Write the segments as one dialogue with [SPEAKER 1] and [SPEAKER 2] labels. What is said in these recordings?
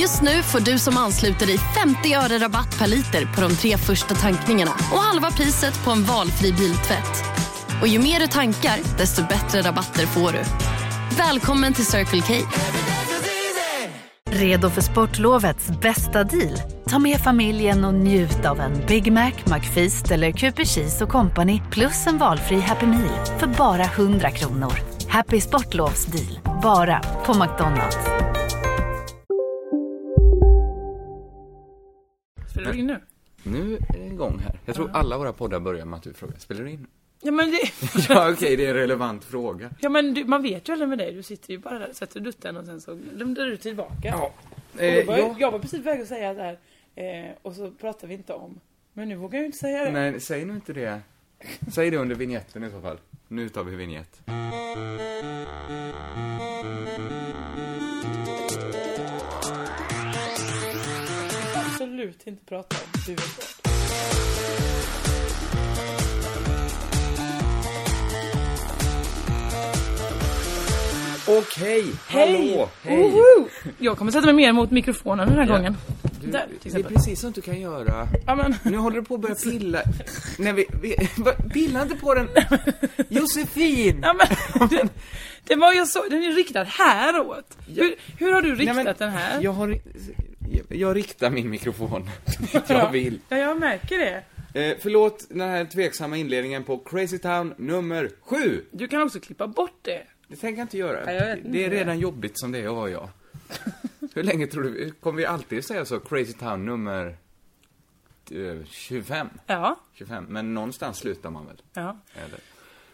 [SPEAKER 1] Just nu får du som ansluter dig 50 öre rabatt per liter på de tre första tankningarna och halva priset på en valfri biltvätt. Och ju mer du tankar, desto bättre rabatter får du. Välkommen till Circle K.
[SPEAKER 2] Redo för sportlovets bästa deal? Ta med familjen och njut av en Big Mac, McFeast eller Cooper Cheese och Company plus en valfri Happy Meal för bara 100 kronor. Happy Sportlovs deal, bara på McDonalds.
[SPEAKER 3] Spelar du in nu?
[SPEAKER 4] Nu är det igång här. Jag tror alla våra poddar börjar med att du frågar, spelar du in?
[SPEAKER 3] Ja men, det,
[SPEAKER 4] Ja, okej, det är en relevant fråga.
[SPEAKER 3] ja, men du, man vet ju aldrig med dig. Du sitter ju bara där, sätter dutten och sen så lämnar du tillbaka.
[SPEAKER 4] Ja.
[SPEAKER 3] Och då
[SPEAKER 4] Eh,
[SPEAKER 3] var, jag-
[SPEAKER 4] jag...
[SPEAKER 3] jag var precis på väg att säga det här eh, och så pratar vi inte om. Men nu vågar jag ju inte säga det.
[SPEAKER 4] Nej, säg nu inte det. Säg det under vignetten i så fall. Nu tar vi vignett.
[SPEAKER 3] Absolut inte prata om du är bort.
[SPEAKER 4] Okej, hallå!
[SPEAKER 3] Woho! Jag kommer sätta mig mer mot mikrofonen den här
[SPEAKER 4] Ja.
[SPEAKER 3] gången. Där, till
[SPEAKER 4] Du, det är
[SPEAKER 3] exempel.
[SPEAKER 4] precis sånt du kan göra.
[SPEAKER 3] Ja, men,
[SPEAKER 4] Nu håller du på att börja pilla. Nej, vi, vi, va, pilla inte på den. Josefin!
[SPEAKER 3] ja, men, den, den, var jag så, den är riktad häråt. Hur, hur har du riktat
[SPEAKER 4] Nej, men
[SPEAKER 3] den här?
[SPEAKER 4] Jag har... Jag, jag riktar min mikrofon dit jag vill.
[SPEAKER 3] Ja, jag märker det.
[SPEAKER 4] Eh, förlåt den här tveksamma inledningen på Crazy Town nummer sju.
[SPEAKER 3] Du kan också klippa bort det.
[SPEAKER 4] Det tänker jag inte göra.
[SPEAKER 3] Ja, jag vet inte
[SPEAKER 4] det är
[SPEAKER 3] det.
[SPEAKER 4] redan jobbigt som det är att vara jag. Hur länge tror du... Kommer vi alltid säga så? Crazy Town nummer... eh, 25?
[SPEAKER 3] Ja.
[SPEAKER 4] 25. Men någonstans slutar man väl?
[SPEAKER 3] ja.
[SPEAKER 4] Eller?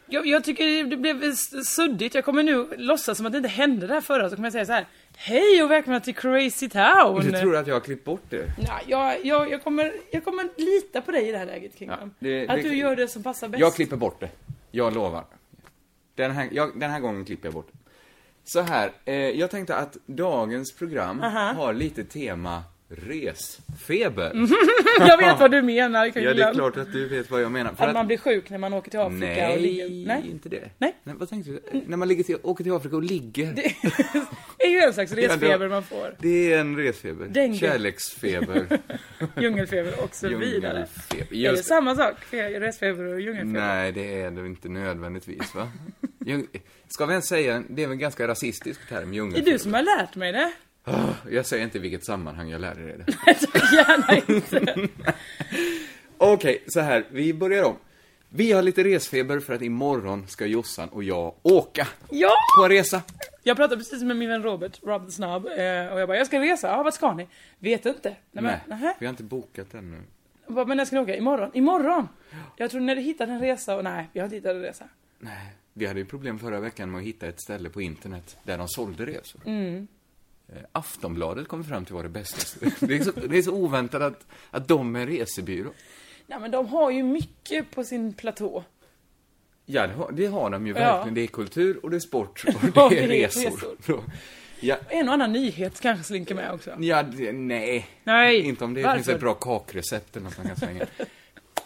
[SPEAKER 3] Jag, jag tycker det blev s- suddigt. Jag kommer nu låtsas som att det inte hände det här förra, så kommer jag säga så här. Hej och välkomna till Crazy Town!
[SPEAKER 4] Du tror att jag har klippt bort det?
[SPEAKER 3] Nej, jag, jag, jag, kommer, jag kommer lita på dig i det här läget, Kingman.
[SPEAKER 4] Ja, det-
[SPEAKER 3] att
[SPEAKER 4] det-
[SPEAKER 3] du gör det som passar bäst.
[SPEAKER 4] Jag klipper bort det. Jag lovar. Den här, jag, den här gången klipper jag bort det. Så här, eh, jag tänkte att dagens program har lite tema resfeber.
[SPEAKER 3] Mhm. jag vet vad du menar, Kingman.
[SPEAKER 4] Ja, det är klart att du vet vad jag menar. För
[SPEAKER 3] Att man blir sjuk när man åker till Afrika och
[SPEAKER 4] Nej,
[SPEAKER 3] ligger... Nej.
[SPEAKER 4] inte det.
[SPEAKER 3] Nej.
[SPEAKER 4] vad tänkte du? När man ligger till, åker till Afrika och ligger. Det,
[SPEAKER 3] Det är ju en slags
[SPEAKER 4] det-
[SPEAKER 3] resfeber man får.
[SPEAKER 4] är en resfeber.
[SPEAKER 3] Dengue.
[SPEAKER 4] Kärleksfeber.
[SPEAKER 3] Djungelfeber och så vidare.
[SPEAKER 4] Djungelfeber.
[SPEAKER 3] Är det
[SPEAKER 4] Just,
[SPEAKER 3] samma sak? Fe- Resfeber och djungelfeber?
[SPEAKER 4] nej, det är det inte nödvändigtvis, va? Djung- Ska vi ens säga, det är väl en ganska rasistisk term,
[SPEAKER 3] Det är
[SPEAKER 4] djungelfeber. Ah,
[SPEAKER 3] du som har lärt mig det.
[SPEAKER 4] Jag säger inte i vilket sammanhang jag lärde dig det.
[SPEAKER 3] Gärna inte.
[SPEAKER 4] Okej, så här, vi börjar om. Vi har lite resfeber för att imorgon ska Jossan och jag åka.
[SPEAKER 3] Ja!
[SPEAKER 4] På en resa.
[SPEAKER 3] Jag pratade precis med min vän Robert, Rob the Snob, eh, och jag bara, jag ska resa. Ja, vart ska ni? Vet inte. Nej, men, nähä.
[SPEAKER 4] vi har inte bokat ännu.
[SPEAKER 3] Jag bara, Men när ska ni åka? Imorgon? Imorgon? Jag tror när du hittade en resa och nej, jag har inte hittat en resa.
[SPEAKER 4] Nej, vi hade ju problem förra veckan med att hitta ett ställe på internet där de sålde resor.
[SPEAKER 3] Mm.
[SPEAKER 4] Eh, Aftonbladet kom fram till var det bästa. det, är så, det är så oväntat att, att de är en resebyrå.
[SPEAKER 3] Nej men de har ju mycket på sin platå.
[SPEAKER 4] Ja, det har, det har de ju
[SPEAKER 3] Ja.
[SPEAKER 4] verkligen. Det är kultur och det är sport
[SPEAKER 3] Ja,
[SPEAKER 4] och det är resor. Ja,
[SPEAKER 3] En och annan nyhet kanske slinker med också.
[SPEAKER 4] ja det, nej.
[SPEAKER 3] Nej,
[SPEAKER 4] Inte om det
[SPEAKER 3] varför?
[SPEAKER 4] finns ett bra kakrecept eller något man kan slänga in.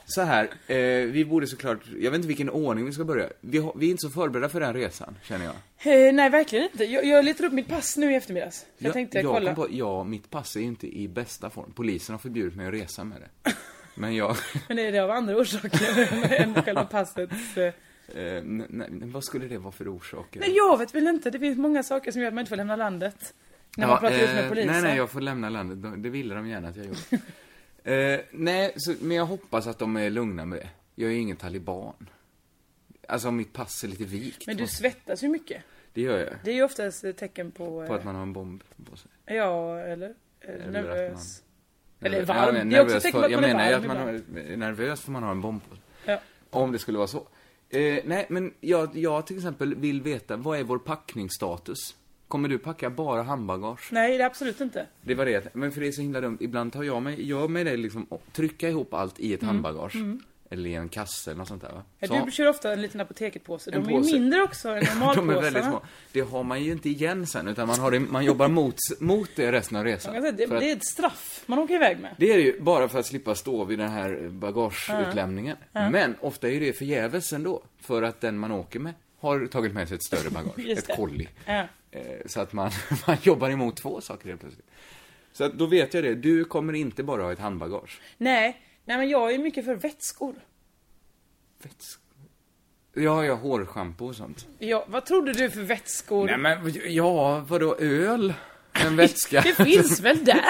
[SPEAKER 4] Så här, eh, vi borde såklart, jag vet inte vilken ordning vi ska börja. Vi, har, vi är inte så förberedda för den resan, känner jag.
[SPEAKER 3] Eh, nej verkligen inte. Jag, jag letar upp mitt pass nu i eftermiddags. Jag
[SPEAKER 4] Ja,
[SPEAKER 3] tänkte
[SPEAKER 4] jag
[SPEAKER 3] kolla.
[SPEAKER 4] kom På, ja, mitt pass är ju inte i bästa form. Polisen har förbjudit mig att resa med det. Men jag... eh,
[SPEAKER 3] Men det är det av andra orsaker än själva passets... eh.
[SPEAKER 4] eh, n- nej, men vad skulle det vara för orsaker?
[SPEAKER 3] Nej jag vet väl inte. Det finns många saker som gör att man inte får lämna landet. När man
[SPEAKER 4] Ja,
[SPEAKER 3] pratar just med
[SPEAKER 4] eh,
[SPEAKER 3] polisen.
[SPEAKER 4] Nej, nej, jag får lämna landet. De- Det ville de gärna att jag gjorde. eh, nej, så, men jag hoppas att de är lugna med det. Jag är ju ingen taliban. Alltså om mitt pass är lite vikt.
[SPEAKER 3] Men du
[SPEAKER 4] va?
[SPEAKER 3] svettas ju mycket.
[SPEAKER 4] Det gör jag.
[SPEAKER 3] Det är ju oftast ett tecken på... eh,
[SPEAKER 4] På att man har en bomb på sig.
[SPEAKER 3] Ja, eller? eh,
[SPEAKER 4] Eller
[SPEAKER 3] nervös.
[SPEAKER 4] att
[SPEAKER 3] Eller
[SPEAKER 4] Nervö-
[SPEAKER 3] varm.
[SPEAKER 4] men
[SPEAKER 3] Det är också
[SPEAKER 4] nervös
[SPEAKER 3] tecken på
[SPEAKER 4] för,
[SPEAKER 3] att
[SPEAKER 4] Jag
[SPEAKER 3] man är
[SPEAKER 4] menar ju
[SPEAKER 3] varm
[SPEAKER 4] att man har, är nervös för man har en bomb på sig.
[SPEAKER 3] Ja.
[SPEAKER 4] Om det skulle vara så. Eh, nej, men jag, jag till exempel vill veta, vad är vår packningsstatus? Kommer du packa bara handbagage?
[SPEAKER 3] Nej, det är absolut inte.
[SPEAKER 4] Det var det. Men för det är så himla dumt. Ibland tar jag mig, gör mig det liksom, och trycka ihop allt i ett handbagage. Eller i en kasse eller något sånt där va?
[SPEAKER 3] Ja,
[SPEAKER 4] Så-
[SPEAKER 3] Mm, Du kör ofta en liten apoteketpåse. De
[SPEAKER 4] En
[SPEAKER 3] är ju
[SPEAKER 4] påse.
[SPEAKER 3] mindre också än
[SPEAKER 4] De är
[SPEAKER 3] normalpåsarna.
[SPEAKER 4] väldigt små. Det har man ju inte igen sen, utan man, har det, man jobbar mot, mot det resten av resan.
[SPEAKER 3] Man kan säga, det,
[SPEAKER 4] För att-
[SPEAKER 3] det är ett straff man åker iväg med.
[SPEAKER 4] det är det ju, bara för att slippa stå vid den här bagageutlämningen. Men ofta är det förgäves ändå, för att den man åker med har tagit med sig ett större bagage,
[SPEAKER 3] Just det.
[SPEAKER 4] ett kolli.
[SPEAKER 3] Ja.
[SPEAKER 4] Eh, Så att man, man jobbar emot två saker helt plötsligt. Så att då vet jag det, du kommer inte bara ha ett handbagage.
[SPEAKER 3] Nej, nej men jag är mycket för vätskor.
[SPEAKER 4] Vätsk... Ja, ja, hårschampo och sånt.
[SPEAKER 3] Ja, vad trodde du för vätskor?
[SPEAKER 4] Nej men, ja, vadå, öl? En vätska?
[SPEAKER 3] Det finns väl där?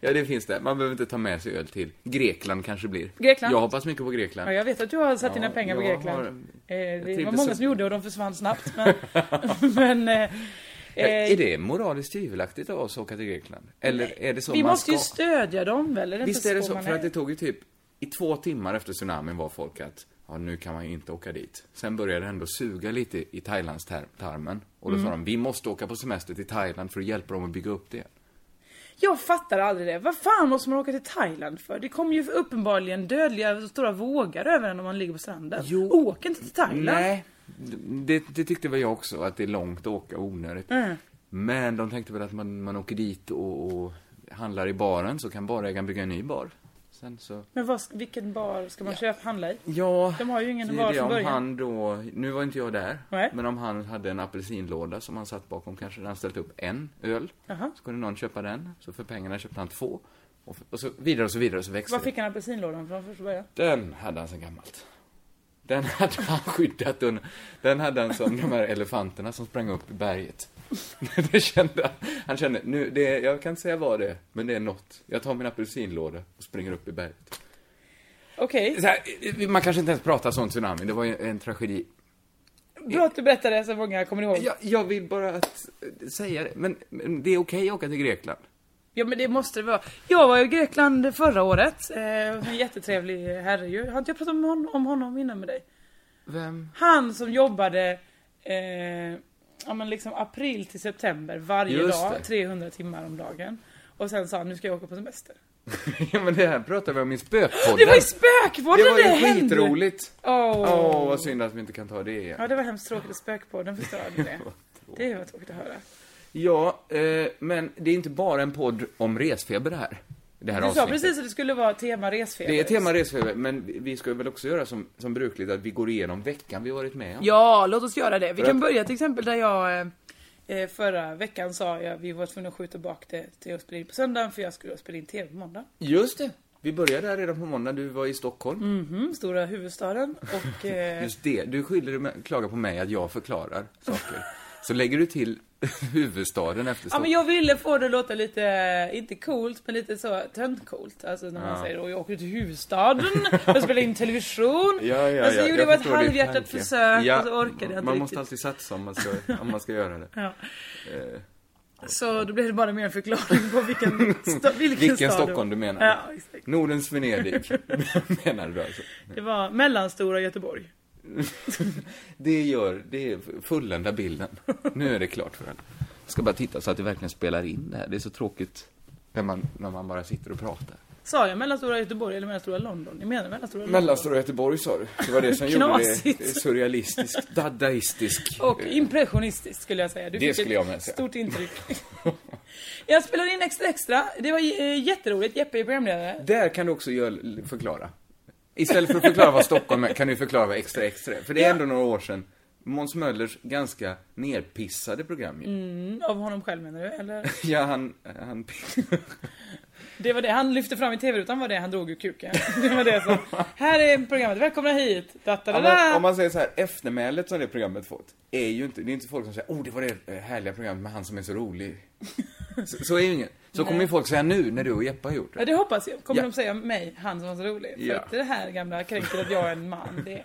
[SPEAKER 4] Ja, det finns det. Man behöver inte ta med sig öl till. Grekland kanske blir.
[SPEAKER 3] Grekland?
[SPEAKER 4] Jag hoppas mycket på Grekland.
[SPEAKER 3] Ja, jag vet att du har satt
[SPEAKER 4] Ja,
[SPEAKER 3] dina pengar på
[SPEAKER 4] jag
[SPEAKER 3] Grekland.
[SPEAKER 4] har-
[SPEAKER 3] eh, det var
[SPEAKER 4] trivdes
[SPEAKER 3] många
[SPEAKER 4] så-
[SPEAKER 3] som gjorde och de försvann snabbt. Men, men eh,
[SPEAKER 4] Ja,
[SPEAKER 3] eh,
[SPEAKER 4] Är det moraliskt tvivelaktigt av oss att åka till Grekland? Eller är det så
[SPEAKER 3] vi
[SPEAKER 4] man
[SPEAKER 3] måste
[SPEAKER 4] ska?
[SPEAKER 3] ju stödja dem väl? Är det
[SPEAKER 4] Visst
[SPEAKER 3] inte
[SPEAKER 4] är det så?
[SPEAKER 3] man
[SPEAKER 4] För att det tog ju typ, i två timmar efter tsunamin var folk att, ja nu kan man ju inte åka dit. Sen började det ändå suga lite i Thailands tar- tarmen. Och då sa
[SPEAKER 3] Mm.
[SPEAKER 4] de, vi måste åka på semester till Thailand för att hjälpa dem att bygga upp det.
[SPEAKER 3] Jag fattar aldrig det. Vad fan måste man åka till Thailand för? Det kommer ju uppenbarligen dödliga stora vågar över en om man ligger på stranden.
[SPEAKER 4] Jo.
[SPEAKER 3] Åk inte till Thailand.
[SPEAKER 4] Nej, det, det tyckte väl jag också, att det är långt att åka onödigt.
[SPEAKER 3] Mm.
[SPEAKER 4] Men de tänkte väl att man, man åker dit och, och handlar i baren så kan barägaren bygga en ny bar. Sen så...
[SPEAKER 3] Men vad, vilken bar ska man köpa, handla i?
[SPEAKER 4] Ja,
[SPEAKER 3] De har ju ingen
[SPEAKER 4] det är
[SPEAKER 3] bar
[SPEAKER 4] det
[SPEAKER 3] från
[SPEAKER 4] om
[SPEAKER 3] början.
[SPEAKER 4] han då, nu var inte jag där,
[SPEAKER 3] Nej.
[SPEAKER 4] men om han hade en apelsinlåda som han satt bakom kanske, där han ställt upp en öl.
[SPEAKER 3] Jaha.
[SPEAKER 4] Så kunde någon köpa den, så för pengarna köpte han två. Och, och så vidare och så vidare, och så växte
[SPEAKER 3] Var
[SPEAKER 4] det.
[SPEAKER 3] fick han apelsinlådan från första början?
[SPEAKER 4] Den hade han sen gammalt. Den hade han skyddat under. Den hade han som de här elefanterna som sprang upp i berget. Det kände han. Han kände, nu, det, jag kan inte säga vad det är, men det är något. Jag tar min apelsinlåda och springer upp i berget.
[SPEAKER 3] Okej,
[SPEAKER 4] Så här, man kanske inte ens pratar sånt tsunami, det var ju en tragedi.
[SPEAKER 3] bra att du berättade så många kommer ihåg. Ja.
[SPEAKER 4] Jag, jag vill bara att, eh, säga det, men, men det är okej att åka till Grekland.
[SPEAKER 3] men det måste det vara. Jag var i Grekland förra året. Eh, en jättetrevlig herre ju. Har inte jag pratat om honom, om honom innan med dig?
[SPEAKER 4] Vem?
[SPEAKER 3] Han som jobbade eh, ja, men liksom april till september varje
[SPEAKER 4] Just
[SPEAKER 3] dag,
[SPEAKER 4] det.
[SPEAKER 3] 300 timmar om dagen. Och sen sa han, nu ska jag åka på semester.
[SPEAKER 4] ja, men det här pratar vi om i spökpodden.
[SPEAKER 3] Det var ju spökpodden
[SPEAKER 4] Det
[SPEAKER 3] det,
[SPEAKER 4] var ju
[SPEAKER 3] hände!
[SPEAKER 4] skitroligt.
[SPEAKER 3] Åh.
[SPEAKER 4] Åh, vad synd att vi inte kan ta det igen.
[SPEAKER 3] Ja, det var hemskt tråkigt att spökpodden förstörde det. Det var tråkigt att höra.
[SPEAKER 4] Ja, eh, men det är inte bara en podd om resfeber det här. Det här
[SPEAKER 3] Du sa
[SPEAKER 4] avsnittet.
[SPEAKER 3] precis att det skulle vara tema resfeber.
[SPEAKER 4] Det är tema resfeber, men vi- vi ska väl också göra som, som brukligt, att vi går igenom veckan vi varit med om.
[SPEAKER 3] Ja, låt oss göra det. Vi
[SPEAKER 4] För
[SPEAKER 3] kan
[SPEAKER 4] att-
[SPEAKER 3] börja till exempel där jag eh, eh, förra veckan sa jag vi var tvungna att skjuta bak det till att spela in på söndagen för jag skulle spela in TV på måndag.
[SPEAKER 4] Just det! Vi började här redan på måndag, du var i Stockholm.
[SPEAKER 3] Mhm, stora huvudstaden och... Eh,
[SPEAKER 4] Just det, du skyller med, klagar på mig att jag förklarar saker. Så lägger du till huvudstaden efter
[SPEAKER 3] Ja
[SPEAKER 4] Stockholm.
[SPEAKER 3] men jag ville få det att låta lite, eh, inte coolt, men lite så töntcoolt. Alltså när man
[SPEAKER 4] Ja.
[SPEAKER 3] säger "Åh, jag åker till huvudstaden, jag spelar in television.
[SPEAKER 4] Ja, ja,
[SPEAKER 3] och så
[SPEAKER 4] ja,
[SPEAKER 3] gjorde jag bara ett
[SPEAKER 4] förstår din
[SPEAKER 3] halvhjärtat
[SPEAKER 4] tanke.
[SPEAKER 3] försök
[SPEAKER 4] Ja,
[SPEAKER 3] och så orkade jag inte
[SPEAKER 4] Man
[SPEAKER 3] riktigt.
[SPEAKER 4] måste alltid satsa om man ska, om man ska göra det.
[SPEAKER 3] Ja. Så då blev det bara mer en förklaring på vilken, sta, vilken,
[SPEAKER 4] Vilken
[SPEAKER 3] stad det
[SPEAKER 4] Stockholm
[SPEAKER 3] var.
[SPEAKER 4] du menar.
[SPEAKER 3] Ja, exakt.
[SPEAKER 4] Nordens Venedig, menar du alltså?
[SPEAKER 3] Det var mellanstora Göteborg.
[SPEAKER 4] Det gör, det är fullända bilden. Nu är det klart för henne. Jag ska bara titta så att det verkligen spelar in det här. Det är så tråkigt när man, när man bara sitter och pratar.
[SPEAKER 3] Sa jag mellanstora Göteborg eller mellanstora London? Jag menar mellanstora London.
[SPEAKER 4] Mellanstora Göteborg sa du. Det var det som gjorde det
[SPEAKER 3] Knasigt.
[SPEAKER 4] surrealistiskt, dadaistiskt.
[SPEAKER 3] Och impressionistiskt skulle jag säga. Du
[SPEAKER 4] Det
[SPEAKER 3] fick
[SPEAKER 4] skulle
[SPEAKER 3] ett
[SPEAKER 4] jag med säga.
[SPEAKER 3] stort intryck. jag spelade in Extra Extra. Det var eh, jätteroligt. Jeppe är programledare.
[SPEAKER 4] Där kan du också göra, förklara. Istället för att förklara vad Stockholm är, kan du förklara vad Extra Extra är. För det är ändå några år sedan. Måns Möllers ganska nerpissade program ju.
[SPEAKER 3] Mm, Av honom själv menar du? Eller?
[SPEAKER 4] Ja, han, han...
[SPEAKER 3] Det var det han lyfte fram i tv-rutan var det han drog ur kuken. Det var det som, här är programmet, välkomna hit!
[SPEAKER 4] Om man,
[SPEAKER 3] Da-da-da-da.
[SPEAKER 4] om man säger så här, eftermälet som det programmet fått är ju inte, det är inte folk som säger oh det var det eh, härliga programmet med han som är så rolig. Så, så är ju inget. Så kommer ju folk säga nu när du och Jeppe har gjort
[SPEAKER 3] Ja
[SPEAKER 4] det.
[SPEAKER 3] det hoppas jag. Kommer
[SPEAKER 4] Ja.
[SPEAKER 3] de säga mig, han som var så rolig? För
[SPEAKER 4] Ja.
[SPEAKER 3] att det här gamla kränker att jag är en man. Det.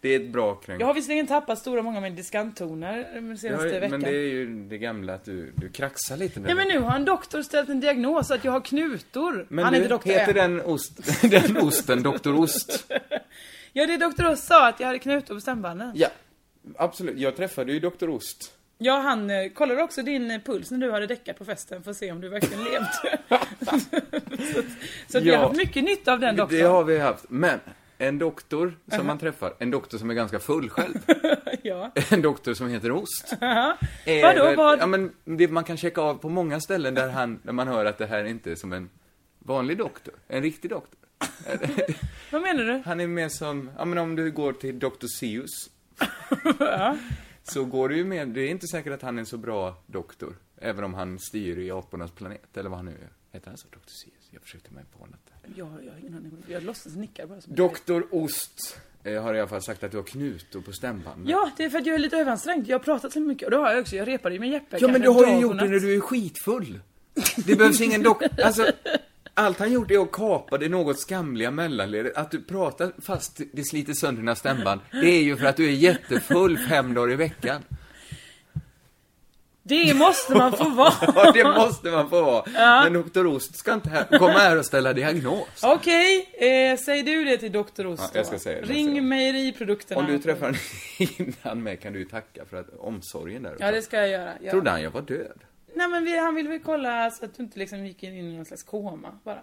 [SPEAKER 4] Det är ett bra kränk.
[SPEAKER 3] Jag har visserligen tappat stora många av mina diskanttoner den
[SPEAKER 4] Det har
[SPEAKER 3] senaste
[SPEAKER 4] ju-
[SPEAKER 3] veckan.
[SPEAKER 4] men det är ju det gamla att du, du kraxar lite nu.
[SPEAKER 3] Nej men nu har en doktor ställt en diagnos att jag har knutor.
[SPEAKER 4] Men
[SPEAKER 3] han
[SPEAKER 4] du,
[SPEAKER 3] är inte doktor
[SPEAKER 4] heter
[SPEAKER 3] än.
[SPEAKER 4] den, ost, den osten Dr. Ost?
[SPEAKER 3] Ja det doktor Oss sa att jag hade knutor på stämbanden.
[SPEAKER 4] Ja, absolut. Jag träffade ju Dr. Ost
[SPEAKER 3] Ja, han eh, kollade också din eh, puls när du hade däckat på festen för att se om du verkligen levde. så att- så att vi
[SPEAKER 4] Ja.
[SPEAKER 3] har haft mycket nytta av den doktorn.
[SPEAKER 4] Det har vi haft. Men, en doktor som man träffar, en doktor som är ganska full själv,
[SPEAKER 3] Ja.
[SPEAKER 4] en doktor som heter Ost. är
[SPEAKER 3] Vadå,
[SPEAKER 4] väl-
[SPEAKER 3] vad-
[SPEAKER 4] Ja, men det man kan checka av på många ställen där, han, där man hör att det här inte är som en vanlig doktor, en riktig doktor.
[SPEAKER 3] Vad menar du?
[SPEAKER 4] Han är mer som, ja men om du går till Dr. Seuss. så går du ju med, det är inte säkert att han är en så bra doktor. Även om han styr i apornas planet, eller vad han nu gör. Heter han så? Dr. Seuss? Jag försökte mig på något där.
[SPEAKER 3] Jag, jag har ingen aning. Jag låtsas nicka bara. Som
[SPEAKER 4] Dr. Ost eh, har i alla fall sagt att du har knutor på stämbanden.
[SPEAKER 3] Ja, det är för att jag är lite överansträngd. Jag har pratat så mycket och det har jag också. Jag repade ju med Jeppe.
[SPEAKER 4] Ja,
[SPEAKER 3] kanske
[SPEAKER 4] men du har
[SPEAKER 3] dag
[SPEAKER 4] ju
[SPEAKER 3] och
[SPEAKER 4] gjort det
[SPEAKER 3] natt.
[SPEAKER 4] när du är skitfull. Det behövs ingen dock... Alltså, allt han gjort är att kapa det något skamliga mellanledet. Att du pratar fast det sliter sönder dina stämband, det är ju för att du är jättefull fem dagar i veckan.
[SPEAKER 3] Det måste man få vara.
[SPEAKER 4] Ja, det måste man få vara. Men doktor Ost ska inte här, komma här och ställa diagnos.
[SPEAKER 3] Okej, eh, säg du det till Dr. Ost.
[SPEAKER 4] Ja, jag
[SPEAKER 3] då.
[SPEAKER 4] ska säga det nästa
[SPEAKER 3] Ring
[SPEAKER 4] gång.
[SPEAKER 3] mejeriprodukterna.
[SPEAKER 4] Om du träffar honom innan mig kan du ju tacka för att, omsorgen där.
[SPEAKER 3] Ja, det ska jag göra. Ja.
[SPEAKER 4] Trodde han jag var död?
[SPEAKER 3] Nej, men vi, han ville väl kolla så att du inte liksom gick in i någon slags koma bara.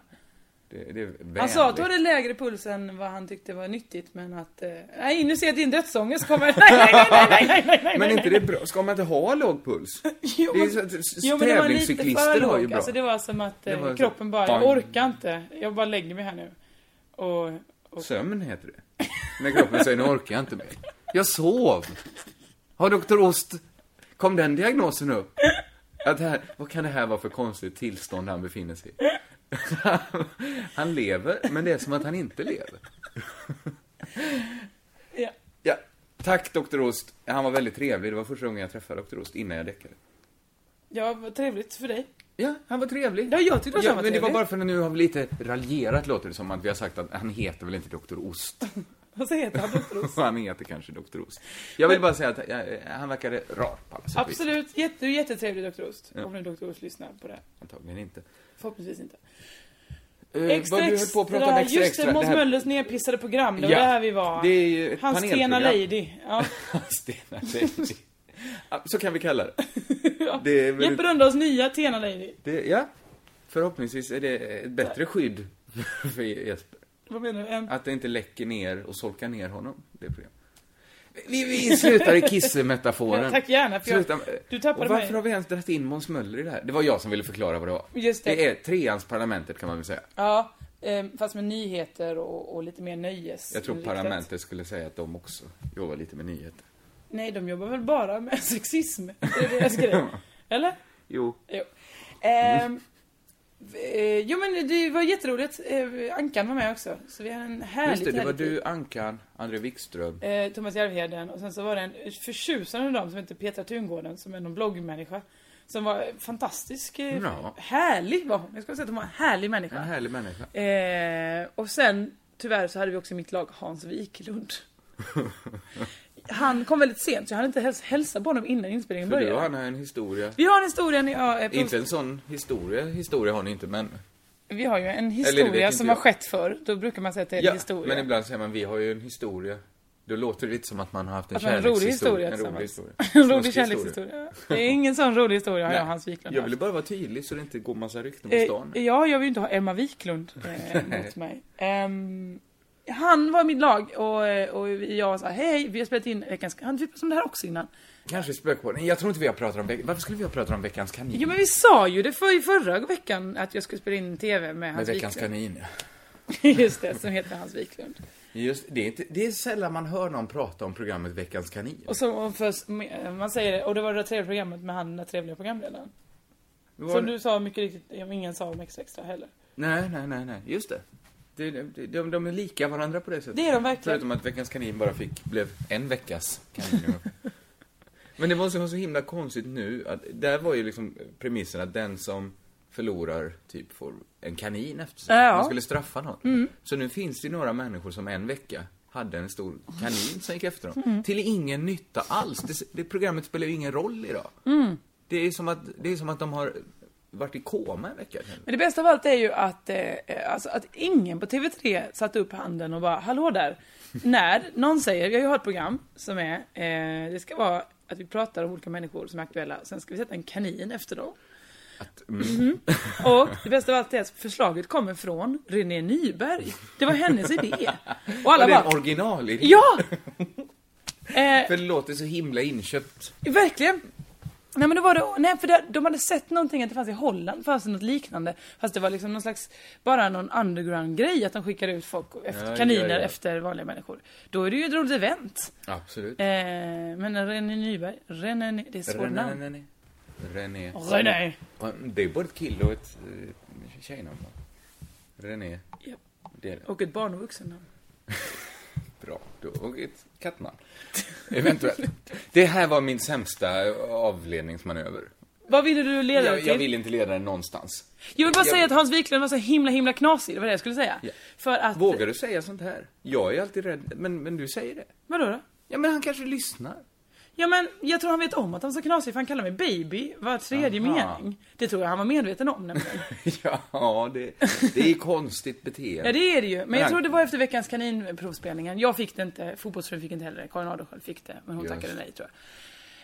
[SPEAKER 4] Det, det är vänligt.
[SPEAKER 3] Han sa att du hade lägre puls än vad han tyckte var nyttigt men att... Eh, nej nu ser jag att din dödsångest kommer. Nej, nej, nej, nej, nej, nej, nej, nej.
[SPEAKER 4] Men inte det är bra? Ska man inte ha låg puls?
[SPEAKER 3] Jo,
[SPEAKER 4] det är
[SPEAKER 3] men-
[SPEAKER 4] så att s-
[SPEAKER 3] Jo, men det var lite
[SPEAKER 4] tävlingscyklister
[SPEAKER 3] för
[SPEAKER 4] har ju
[SPEAKER 3] låg.
[SPEAKER 4] bra.
[SPEAKER 3] Alltså, det var som att eh,
[SPEAKER 4] Det var så-
[SPEAKER 3] kroppen bara, jag
[SPEAKER 4] Bang.
[SPEAKER 3] orkar inte. Jag bara lägger mig här nu. Och, och
[SPEAKER 4] Sömn heter det. När kroppen säger nu orkar jag inte mer. Jag sov. Har doktor Ost, kom den diagnosen upp? Att det här, vad kan det här vara för konstigt tillstånd han befinner sig i? Han lever, men det är som att han inte lever.
[SPEAKER 3] ja.
[SPEAKER 4] Ja, tack doktor Ost. Han var väldigt trevlig. Det var första gången jag träffade doktor Ost innan jag däckade.
[SPEAKER 3] ja, vad trevligt för dig.
[SPEAKER 4] Ja, han var trevlig.
[SPEAKER 3] Ja, jag tyckte också han var
[SPEAKER 4] men det var
[SPEAKER 3] trevlig.
[SPEAKER 4] bara för att nu har vi lite raljerat låter det som att vi har sagt att han heter väl inte doktor Ost.
[SPEAKER 3] Vad säger heter han? Dr. Ost?
[SPEAKER 4] Han heter kanske Dr. Ost. Jag vill bara säga att eh, han verkade rar på alla sätt och vis.
[SPEAKER 3] Absolut, jätte, du är jättetrevlig Dr. Ost.
[SPEAKER 4] Ja.
[SPEAKER 3] Om nu Dr. Ost lyssnar på det här.
[SPEAKER 4] Antagligen inte.
[SPEAKER 3] Förhoppningsvis inte.
[SPEAKER 4] Uh,
[SPEAKER 3] Extra,
[SPEAKER 4] vad du höll på att prata om extra,
[SPEAKER 3] just det,
[SPEAKER 4] extra.
[SPEAKER 3] Måns
[SPEAKER 4] här-
[SPEAKER 3] Möllers nerpissade program. Det var
[SPEAKER 4] Ja,
[SPEAKER 3] där vi var.
[SPEAKER 4] det är ju ett
[SPEAKER 3] Hans Tena
[SPEAKER 4] panelprogram.
[SPEAKER 3] Lady. Ja.
[SPEAKER 4] Stena Lady. Ja, Så kan vi kalla det. Det är väl-
[SPEAKER 3] Jeppe Rönndahls nya Tena Lady.
[SPEAKER 4] det. Ja. Förhoppningsvis är det ett bättre skydd för Jesper.
[SPEAKER 3] Vad menar du? En...
[SPEAKER 4] Att det inte läcker ner och solkar ner honom, det programmet. Vi, vi slutar i kissemetaforen.
[SPEAKER 3] Ja, tack gärna, för jag-
[SPEAKER 4] Sluta med-
[SPEAKER 3] du tappade
[SPEAKER 4] och varför
[SPEAKER 3] mig.
[SPEAKER 4] har vi ens dragit in Måns Möller i det här? Det var jag som ville förklara vad det var.
[SPEAKER 3] Just det.
[SPEAKER 4] är treans parlamentet kan man väl säga.
[SPEAKER 3] Ja, ehm, fast med nyheter och, och lite mer nöjes.
[SPEAKER 4] Jag tror
[SPEAKER 3] inriktat.
[SPEAKER 4] parlamentet skulle säga att de också jobbar lite med nyheter.
[SPEAKER 3] Nej, de jobbar väl bara med sexism. Det är deras grej. Eller?
[SPEAKER 4] Jo.
[SPEAKER 3] Jo. Ehm, eh, jo men det var jätteroligt. Eh, Ankan var med också. Så vi hade en härlig
[SPEAKER 4] Just det, det var
[SPEAKER 3] härlig tid.
[SPEAKER 4] du, Ankan, André Wikström.
[SPEAKER 3] Eh, Thomas Järvheden och sen så var det en förtjusande dam som hette Petra Tungården som är någon bloggmänniska. Som var fantastisk. eh,
[SPEAKER 4] Ja.
[SPEAKER 3] Härlig var hon. Jag skulle säga att hon var en härlig människa.
[SPEAKER 4] En härlig människa.
[SPEAKER 3] Eh, och sen tyvärr så hade vi också i mitt lag Hans Wiklund. Han kom väldigt sent så jag hade inte häls- hälsat på honom innan inspelningen
[SPEAKER 4] För du och
[SPEAKER 3] började.
[SPEAKER 4] han har en historia.
[SPEAKER 3] Vi har en historia eh, när jag är på
[SPEAKER 4] Inte en sån historia, historia har ni inte men...
[SPEAKER 3] Vi har ju en
[SPEAKER 4] Eller det vet
[SPEAKER 3] historia
[SPEAKER 4] inte
[SPEAKER 3] som
[SPEAKER 4] jag.
[SPEAKER 3] har skett förr. Då brukar man säga att det är en historia.
[SPEAKER 4] men ibland säger man vi har ju en historia. Då låter det lite som att man har haft en
[SPEAKER 3] Att man har en rolig historia
[SPEAKER 4] kärlekshistoria. En rolig
[SPEAKER 3] tillsammans.
[SPEAKER 4] historia.
[SPEAKER 3] En rolig
[SPEAKER 4] Snuskig
[SPEAKER 3] kärlekshistoria. Det är ingen sån rolig historia har jag och
[SPEAKER 4] Nej,
[SPEAKER 3] Hans Wiklund
[SPEAKER 4] Jag
[SPEAKER 3] haft.
[SPEAKER 4] ville bara vara tydlig så det inte går massa rykten på stan.
[SPEAKER 3] Eh, ja, jag vill ju inte ha Emma Wiklund eh, mot mig. Ehm, han var i mitt lag och, eh, och jag sa hej, vi har spelat in veckans... Han typ som det här också innan.
[SPEAKER 4] Kanske spökpodden. Jag tror inte vi har pratat om veck- Varför skulle vi ha pratat om veckans kanin?
[SPEAKER 3] Jo men vi sa ju det för i förra veckan att jag skulle spela in TV med
[SPEAKER 4] Med
[SPEAKER 3] Hans
[SPEAKER 4] veckans
[SPEAKER 3] Wiklund.
[SPEAKER 4] kanin.
[SPEAKER 3] Just det, som heter Hans Wiklund.
[SPEAKER 4] Just det, är inte, det är sällan man hör någon prata om programmet Veckans kanin.
[SPEAKER 3] Och som och först, man säger det, och det var det där trevliga programmet med han den där trevliga programledaren.
[SPEAKER 4] Var
[SPEAKER 3] Som
[SPEAKER 4] det-
[SPEAKER 3] du sa mycket riktigt, ja, ingen sa om extra extra heller.
[SPEAKER 4] Nej, nej, nej, nej, just det. De, de, de, de är lika varandra på det sättet.
[SPEAKER 3] Det är de verkligen.
[SPEAKER 4] Förutom att Veckans kanin bara fick, blev en veckas kanin. Men det var så, så himla konstigt nu, att där var ju liksom premissen att den som förlorar typ får en kanin efter sig.
[SPEAKER 3] Ja. Mm.
[SPEAKER 4] Man skulle straffa någon. Så nu finns det några människor som en vecka hade en stor kanin som gick efter dem.
[SPEAKER 3] Mm.
[SPEAKER 4] Till ingen nytta alls. Det, det programmet spelar ju ingen roll idag.
[SPEAKER 3] Mm.
[SPEAKER 4] Det, är som att, det är som att de har varit i koma en vecka.
[SPEAKER 3] Men det bästa av allt är ju att, eh, alltså, att ingen på TV3 satte upp handen och bara hallå där. När någon säger, vi har ju ett program som är, eh, det ska vara att vi pratar om olika människor som är aktuella, sen ska vi sätta en kanin efter dem.
[SPEAKER 4] Att, mm,
[SPEAKER 3] Och det bästa av allt är att förslaget kommer från René Nyberg. Det var hennes idé. Och alla
[SPEAKER 4] det är en
[SPEAKER 3] bara,
[SPEAKER 4] originalidé.
[SPEAKER 3] ja! Eh,
[SPEAKER 4] För det låter så himla inköpt.
[SPEAKER 3] Verkligen. Nej men då var det, nej för det, de hade sett någonting att det fanns i Holland, fanns det något liknande. Fast det var liksom någon slags, bara någon underground grej att de skickade ut folk, efter,
[SPEAKER 4] Ja,
[SPEAKER 3] kaniner
[SPEAKER 4] ja, ja.
[SPEAKER 3] efter vanliga människor. Då är det ju ett roligt event.
[SPEAKER 4] Absolut.
[SPEAKER 3] Eh, men René Nyberg, René, Ny- det är ett svårt
[SPEAKER 4] René.
[SPEAKER 3] namn.
[SPEAKER 4] René. René.
[SPEAKER 3] René.
[SPEAKER 4] Det är både ett kille och ett eh, tjejnamn. va? René.
[SPEAKER 3] Japp.
[SPEAKER 4] Det är det.
[SPEAKER 3] Och ett barn och vuxennamn.
[SPEAKER 4] Bra. Då, och ett kattnamn. Eventuellt. Det här var min sämsta avledningsmanöver.
[SPEAKER 3] Vad ville du leda det
[SPEAKER 4] Jag,
[SPEAKER 3] till?
[SPEAKER 4] jag vill inte leda den någonstans.
[SPEAKER 3] Jag vill bara
[SPEAKER 4] jag-
[SPEAKER 3] säga att Hans Wiklund var så himla himla knasig, det var det jag skulle säga.
[SPEAKER 4] Ja.
[SPEAKER 3] För att...
[SPEAKER 4] Vågar du säga sånt här? Jag är alltid rädd, men, men du säger det.
[SPEAKER 3] Vadå då?
[SPEAKER 4] Ja, men han kanske lyssnar.
[SPEAKER 3] Ja men jag tror han vet om att han är så knasig för han kallar mig baby var tredje
[SPEAKER 4] Aha.
[SPEAKER 3] mening. Det tror jag han var medveten om nämligen.
[SPEAKER 4] Ja, det, det är konstigt beteende.
[SPEAKER 3] Ja det är det ju. Men jag
[SPEAKER 4] han-
[SPEAKER 3] tror det var efter veckans kaninprovspelningen. Jag fick det inte, fotbollsfrun fick inte heller det. Karin Adolfsson fick det, men hon
[SPEAKER 4] Just.
[SPEAKER 3] tackade nej tror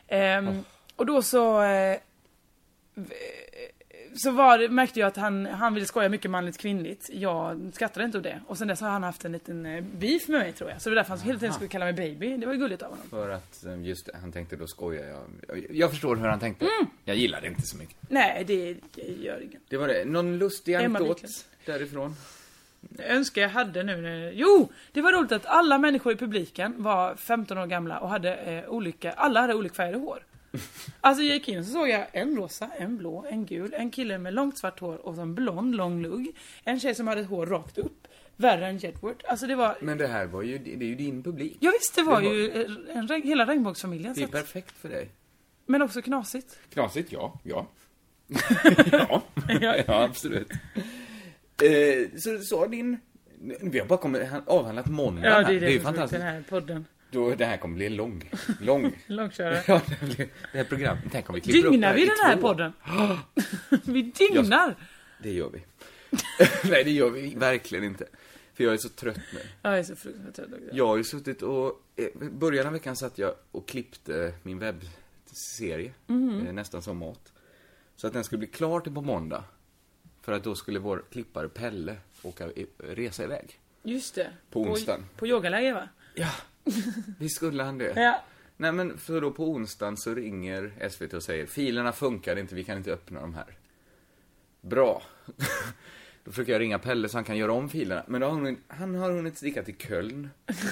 [SPEAKER 3] jag. Ehm, Och då så... Eh, v- så var, det- märkte jag att han, han ville skoja mycket manligt kvinnligt. Jag skrattade inte åt det. Och sen dess har han haft en liten eh, beef med mig tror jag. Så det var därför han hela tiden skulle kalla mig baby. Det var ju gulligt av honom.
[SPEAKER 4] För att, eh, just det, han tänkte då skojar jag. Jag- Jag förstår hur han tänkte.
[SPEAKER 3] Mm.
[SPEAKER 4] Jag gillar det inte så mycket.
[SPEAKER 3] Nej, det, det gör inget.
[SPEAKER 4] Det var det. Någon lustig
[SPEAKER 3] Emma
[SPEAKER 4] anekdot
[SPEAKER 3] Wiklund.
[SPEAKER 4] därifrån?
[SPEAKER 3] Jag önskar jag hade nu när... Jo! Det var roligt att alla människor i publiken var 15 år gamla och hade eh, olika, alla hade olikfärgade hår. Alltså jag gick in och så såg jag en rosa, en blå, en gul, en kille med långt svart hår och så en blond lång lugg. En tjej som hade ett hår rakt upp, värre än Jedward. Alltså det var...
[SPEAKER 4] Men det här var ju, det är ju din publik.
[SPEAKER 3] Ja visst, det var,
[SPEAKER 4] det var-
[SPEAKER 3] ju eh, en, regn- hela regnbågsfamiljen.
[SPEAKER 4] Det
[SPEAKER 3] Så
[SPEAKER 4] är
[SPEAKER 3] att,
[SPEAKER 4] perfekt för dig.
[SPEAKER 3] men också knasigt.
[SPEAKER 4] Knasigt, ja. Ja. ja. ja, absolut. Eh, så så din... Vi har bara kommit, han- avhandlat måndagen.
[SPEAKER 3] Ja,
[SPEAKER 4] här.
[SPEAKER 3] det är det,
[SPEAKER 4] ju
[SPEAKER 3] som är
[SPEAKER 4] fantastiskt.
[SPEAKER 3] den här podden.
[SPEAKER 4] Då, det här kommer bli en lång. Lång.
[SPEAKER 3] Långkörare.
[SPEAKER 4] ja, det, blir, det här programmet, tänk om vi klipper upp det
[SPEAKER 3] Dygnar
[SPEAKER 4] här
[SPEAKER 3] vi
[SPEAKER 4] i
[SPEAKER 3] den här
[SPEAKER 4] två.
[SPEAKER 3] podden? vi dygnar!
[SPEAKER 4] Det gör vi. Nej, det gör vi verkligen inte. För jag är så trött nu.
[SPEAKER 3] Ja, Jag är så fruktansvärt trött också.
[SPEAKER 4] Jag har ju suttit och... eh, Början av veckan satt jag och klippte min webbserie. eh, Nästan som mat. Så att den skulle bli klar till på måndag. För att då skulle vår klippare Pelle åka, i- resa iväg.
[SPEAKER 3] Just det.
[SPEAKER 4] På onsdagen.
[SPEAKER 3] På, på yogaläger va?
[SPEAKER 4] Ja, visst skulle han det.
[SPEAKER 3] Ja.
[SPEAKER 4] Nej men för då på onsdagen så ringer SVT och säger filerna funkar inte, vi kan inte öppna de här. Bra. Då försöker jag ringa Pelle så han kan göra om filerna. Men då har hon, han har hunnit sticka till Köln,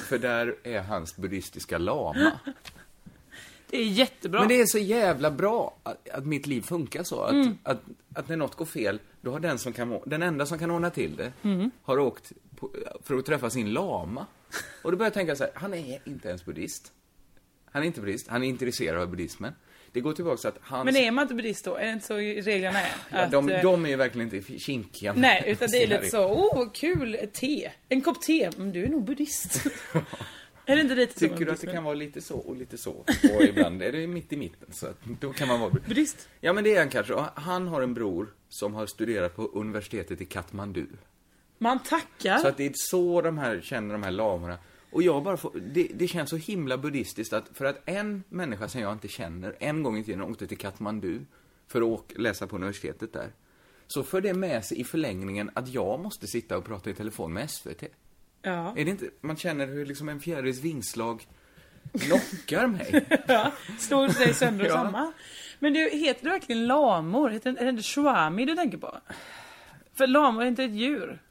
[SPEAKER 4] för där är hans buddhistiska lama.
[SPEAKER 3] Det är jättebra.
[SPEAKER 4] Men det är så jävla bra att, att mitt liv funkar så. Att,
[SPEAKER 3] Mm.
[SPEAKER 4] att, att när något går fel, då har den som kan, å- den enda som kan ordna till det,
[SPEAKER 3] Mm.
[SPEAKER 4] har åkt på, för att träffa sin lama. Och då börjar jag tänka så här, han är inte ens buddhist. Han är inte buddhist, han är intresserad av buddhismen. Det går tillbaka så att hans...
[SPEAKER 3] Men är man inte buddhist då? Är det inte så reglerna är?
[SPEAKER 4] ja, de,
[SPEAKER 3] eh,
[SPEAKER 4] de är ju verkligen inte kinkiga. med
[SPEAKER 3] Nej, utan det är lite
[SPEAKER 4] sin
[SPEAKER 3] så, åh oh, kul, ett te. En kopp te, men du är nog buddhist. är det inte lite så? med
[SPEAKER 4] Tycker du att det
[SPEAKER 3] buddhismen?
[SPEAKER 4] kan vara lite så och lite så? Och ibland är det mitt i mitten, så att då kan man vara
[SPEAKER 3] Buddhist?
[SPEAKER 4] Ja, men det är han kanske. Och Han har en bror som har studerat på universitetet i Katmandu.
[SPEAKER 3] Man tackar.
[SPEAKER 4] Så att det är så de här känner de här lamorna. Och jag bara får, det, det känns så himla buddhistiskt att, för att en människa som jag inte känner, en gång i tiden åkte till Katmandu för att åka, läsa på universitetet där. Så för det med sig i förlängningen att jag måste sitta och prata i telefon med SVT.
[SPEAKER 3] Ja.
[SPEAKER 4] Är det inte, man känner hur liksom en fjärils vingslag lockar mig.
[SPEAKER 3] ja. Slår sig sönder och
[SPEAKER 4] Ja.
[SPEAKER 3] samman. Men du, heter det verkligen lamor? Heter, är det inte shwami du tänker på? För lamor är inte ett djur.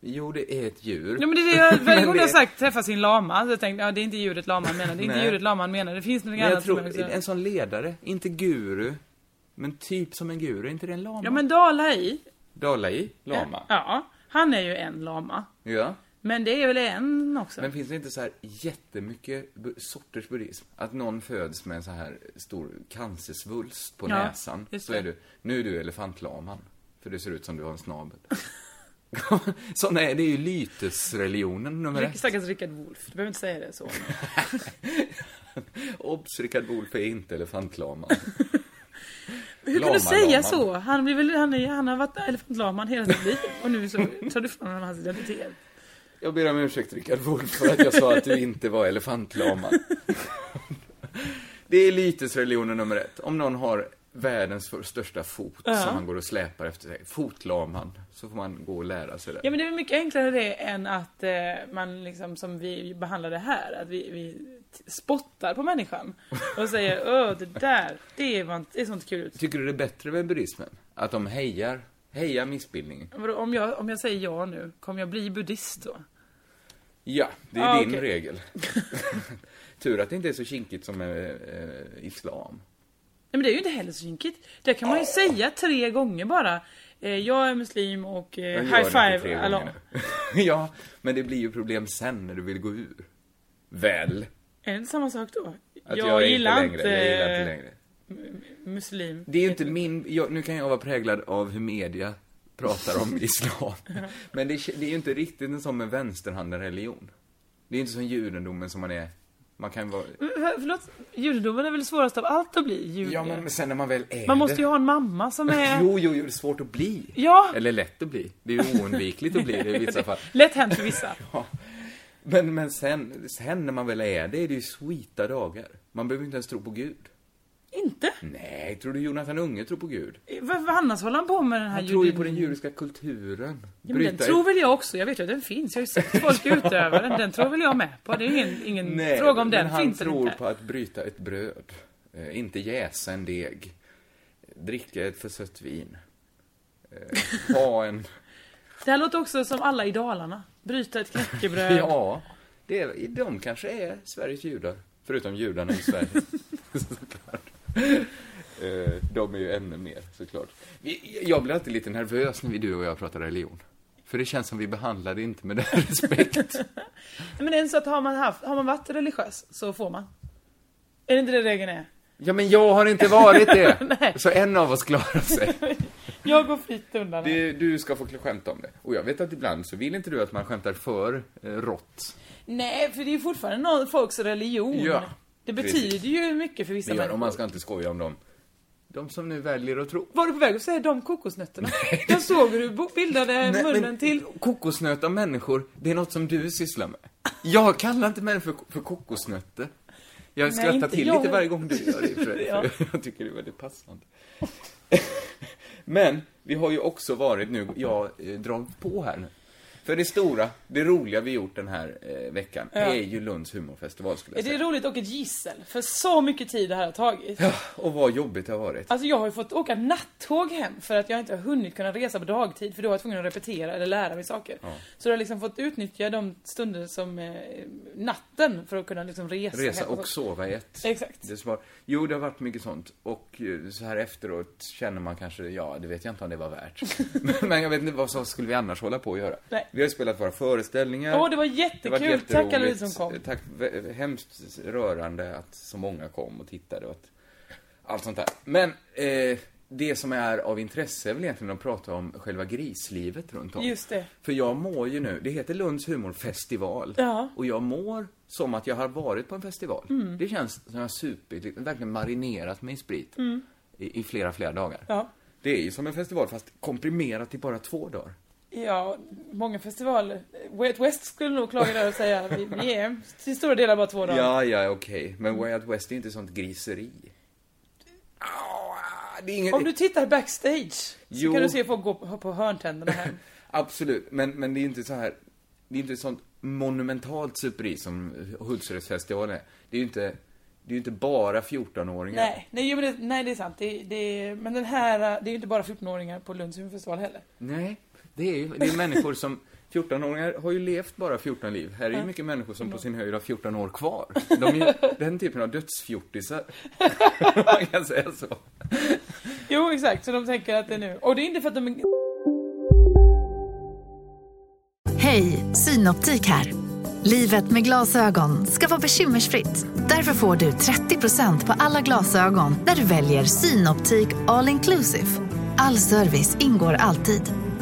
[SPEAKER 4] Jo, det är ett djur.
[SPEAKER 3] Ja, men det är det jag, varje
[SPEAKER 4] Men
[SPEAKER 3] gång du
[SPEAKER 4] det-
[SPEAKER 3] har sagt träffa sin lama, så jag tänkte ja det är inte djuret laman menar, det är inte
[SPEAKER 4] Nej.
[SPEAKER 3] djuret laman menar, det finns något
[SPEAKER 4] Men jag
[SPEAKER 3] annat som
[SPEAKER 4] tror,
[SPEAKER 3] också-
[SPEAKER 4] en sån ledare, inte guru, men typ som en guru, är inte det en lama?
[SPEAKER 3] Ja men Dalai.
[SPEAKER 4] Dalai, lama.
[SPEAKER 3] Ja. Han är ju en lama.
[SPEAKER 4] ja.
[SPEAKER 3] Men det är väl en också?
[SPEAKER 4] Men finns det inte så här jättemycket bu- sorters buddhism? Att någon föds med en så här stor cancersvulst på
[SPEAKER 3] Ja,
[SPEAKER 4] näsan.
[SPEAKER 3] just
[SPEAKER 4] Så
[SPEAKER 3] det.
[SPEAKER 4] är du, nu är du elefantlaman. För det ser ut som du har en snabel. Sådana är, det är ju lytesreligionen nummer
[SPEAKER 3] Rick,
[SPEAKER 4] ett.
[SPEAKER 3] stackars Rickard Wolff, du behöver inte säga det så.
[SPEAKER 4] Obs, Rickard Wolff är inte elefantlaman.
[SPEAKER 3] Hur kan du säga
[SPEAKER 4] Lamalaman.
[SPEAKER 3] så? Han, blir väl, han, är, han har varit elefantlaman hela sitt liv och nu så tar du ifrån honom hans identitet.
[SPEAKER 4] Jag ber om ursäkt Rickard Wolff för att jag sa att du inte var elefantlaman. Det är elitesreligionen nummer ett. Om någon har världens för- största fot
[SPEAKER 3] Ja.
[SPEAKER 4] som man går och släpar efter sig, fotlamad, så får man gå och lära sig det.
[SPEAKER 3] Ja men det är väl mycket enklare det än att eh, man liksom som vi behandlar det här, att vi, vi t- spottar på människan och säger åh det där, det, var inte, det såg inte kul ut.
[SPEAKER 4] Tycker du det är bättre med buddhismen? Att de hejar, hejar missbildningen?
[SPEAKER 3] Vadå, Om jag, om jag säger ja nu, kommer jag bli buddhist då?
[SPEAKER 4] Ja, det är
[SPEAKER 3] Ah,
[SPEAKER 4] din
[SPEAKER 3] okej.
[SPEAKER 4] regel. Tur att det inte är så kinkigt som eh, eh, islam.
[SPEAKER 3] Nej men det är ju inte heller så kinkigt. Det kan man ju säga tre gånger bara. Eh, jag är muslim och eh,
[SPEAKER 4] Jag
[SPEAKER 3] high
[SPEAKER 4] gör det inte
[SPEAKER 3] five,
[SPEAKER 4] tre
[SPEAKER 3] Allah.
[SPEAKER 4] gånger nu. ja, men det blir ju problem sen när du vill gå ur. Väl?
[SPEAKER 3] Är det inte samma sak då?
[SPEAKER 4] Att
[SPEAKER 3] jag,
[SPEAKER 4] är
[SPEAKER 3] gillar
[SPEAKER 4] längre,
[SPEAKER 3] inte, eh,
[SPEAKER 4] jag gillar inte längre.
[SPEAKER 3] muslim.
[SPEAKER 4] Det är ju inte min, jag, nu kan jag vara präglad av hur media pratar om islam. Men det, är- det är ju inte riktigt en sån med vänsterhanden religion. Det är ju inte som judendomen som man är, man kan vara,
[SPEAKER 3] Men, för- Förlåt, judendomen är väl svårast av allt att bli jude?
[SPEAKER 4] ja men sen när man väl är
[SPEAKER 3] man
[SPEAKER 4] det-
[SPEAKER 3] måste ju ha en mamma som är...
[SPEAKER 4] Jo, jo, jo, det är svårt att bli.
[SPEAKER 3] Ja.
[SPEAKER 4] Eller lätt att bli. Det är ju oundvikligt att bli det i vissa fall.
[SPEAKER 3] Lätt hänt för vissa.
[SPEAKER 4] Men, men sen, sen när man väl är det, är det ju sweeta dagar. Man behöver inte ens tro på Gud.
[SPEAKER 3] Inte?
[SPEAKER 4] Nej, tror du Jonathan Unge tror på Gud?
[SPEAKER 3] Varför annars håller han på med den här
[SPEAKER 4] Han tror ju på den
[SPEAKER 3] judendomen?
[SPEAKER 4] judiska kulturen.
[SPEAKER 3] Ja, men den
[SPEAKER 4] Bryta
[SPEAKER 3] tror väl jag också, jag vet ju att den finns. Jag har ju sett folk utöva den, den tror väl jag med på. Det är ingen, ingen
[SPEAKER 4] Nej,
[SPEAKER 3] fråga om
[SPEAKER 4] men
[SPEAKER 3] den
[SPEAKER 4] han
[SPEAKER 3] finns eller
[SPEAKER 4] tror
[SPEAKER 3] inte.
[SPEAKER 4] på att bryta ett bröd. Eh, inte jäsa en deg. Dricka ett för sött vin. Eh, ha en...
[SPEAKER 3] Det här låter också som alla i Dalarna. Bryta ett knäckebröd.
[SPEAKER 4] Ja, det är, de kanske är Sveriges judar. Förutom judarna i Sverige. såklart. Eh, de är ju ännu mer, såklart. Vi- Jag blir alltid lite nervös när vi, du och jag pratar religion. För det känns som vi behandlar det inte med den respekt.
[SPEAKER 3] Nej, Men det är så att har man, haft, har man varit religiös så får man. Är det inte det regeln är?
[SPEAKER 4] Ja, men jag har inte varit det!
[SPEAKER 3] Nej.
[SPEAKER 4] Så en av oss klarar sig.
[SPEAKER 3] Jag går fritt undan. här.
[SPEAKER 4] Det, du ska få skämta om det. Och jag vet att ibland så vill inte du att man skämtar för eh, rått.
[SPEAKER 3] Nej, för det är ju fortfarande någon, folks religion.
[SPEAKER 4] Ja,
[SPEAKER 3] det
[SPEAKER 4] precis.
[SPEAKER 3] betyder ju mycket för vissa
[SPEAKER 4] Det gör
[SPEAKER 3] människor.
[SPEAKER 4] de, man ska inte skoja om dem. De som nu väljer att tro.
[SPEAKER 3] Var du på väg att säga de kokosnötterna? Jag såg hur du bo- bildade munnen till...
[SPEAKER 4] kokosnöt av människor, det är något som du sysslar med. Jag kallar inte människor för, för kokosnötter. Jag
[SPEAKER 3] Nej,
[SPEAKER 4] skrattar
[SPEAKER 3] inte
[SPEAKER 4] till
[SPEAKER 3] jag.
[SPEAKER 4] lite varje gång du gör det i och för sig,
[SPEAKER 3] Ja.
[SPEAKER 4] för Jag tycker det är väldigt passande. Men, vi har ju också varit nu, jag eh, drar på här nu. För det stora, det roliga vi gjort den här eh, veckan, är ju Lunds humorfestival skulle jag
[SPEAKER 3] Det är
[SPEAKER 4] säga.
[SPEAKER 3] roligt och ett gissel, för så mycket tid det här har tagit.
[SPEAKER 4] Och vad jobbigt det har varit.
[SPEAKER 3] Alltså jag har ju fått åka nattåg hem för att jag inte har hunnit kunna resa på dagtid för då har jag tvungen att repetera eller lära mig saker. Så jag har liksom fått utnyttja de stunder som eh, natten för att kunna liksom resa
[SPEAKER 4] Resa
[SPEAKER 3] hem.
[SPEAKER 4] och sova i ett.
[SPEAKER 3] Exakt.
[SPEAKER 4] Det är svar. Jo, det har varit mycket sånt. Och eh, så här efteråt känner man kanske, ja, det vet jag inte om det var värt. Men- Men jag vet inte, vad så skulle vi annars hålla på och göra?
[SPEAKER 3] Nej.
[SPEAKER 4] Vi har ju spelat våra föreställningar.
[SPEAKER 3] Åh, det var
[SPEAKER 4] Det har varit
[SPEAKER 3] jättekul. Tack alla ni
[SPEAKER 4] jätteroligt.
[SPEAKER 3] som kom.
[SPEAKER 4] Tack, vä- hemskt rörande att så många kom och tittade och att allt sånt där. Men eh, det som är av intresse är väl egentligen att prata om själva grislivet runt om.
[SPEAKER 3] Just det.
[SPEAKER 4] För jag mår ju nu, det heter Lunds humorfestival.
[SPEAKER 3] Ja. Mm.
[SPEAKER 4] Och jag mår som att jag har varit på en festival. Det känns som att jag har supit, liksom, verkligen marinerat mig i sprit. I, I flera, flera dagar.
[SPEAKER 3] Mm. Ja.
[SPEAKER 4] Det är ju som en festival fast komprimerat till bara två dagar.
[SPEAKER 3] Ja, många festivaler. Way Out West skulle nog klaga där och säga vi, vi är till stora delar bara två dagar.
[SPEAKER 4] Ja, ja, okej. Men Way Out West är inte sånt griseri. Ah, Det är inget...
[SPEAKER 3] Om du tittar backstage
[SPEAKER 4] Jo.
[SPEAKER 3] så kan du se folk gå på, på hörntänderna hem.
[SPEAKER 4] Absolut, men, men det är inte så här... Det är inte sånt monumentalt superi som Hultsfredsfestivalen är. Det är ju inte... Det är ju inte bara 14-åringar.
[SPEAKER 3] Nej, nej, jo, men det, nej det är sant. Det, det, men den här, eh, det är ju inte bara 14-åringar på Lunds humorfestival heller.
[SPEAKER 4] Nej, det är ju det är människor som... 14-åringar har ju levt bara 14 liv. Här är ju mycket människor som på sin höjd har 14 år kvar. De är ju den typen av dödsfjortisar. Man kan säga så.
[SPEAKER 3] Jo, exakt. Så de tänker att det är nu. Och det är inte för att de är...
[SPEAKER 2] Hej, Synoptik här. Livet med glasögon ska vara bekymmersfritt. Därför får du 30% på alla glasögon när du väljer Synoptik All Inclusive. All service ingår alltid.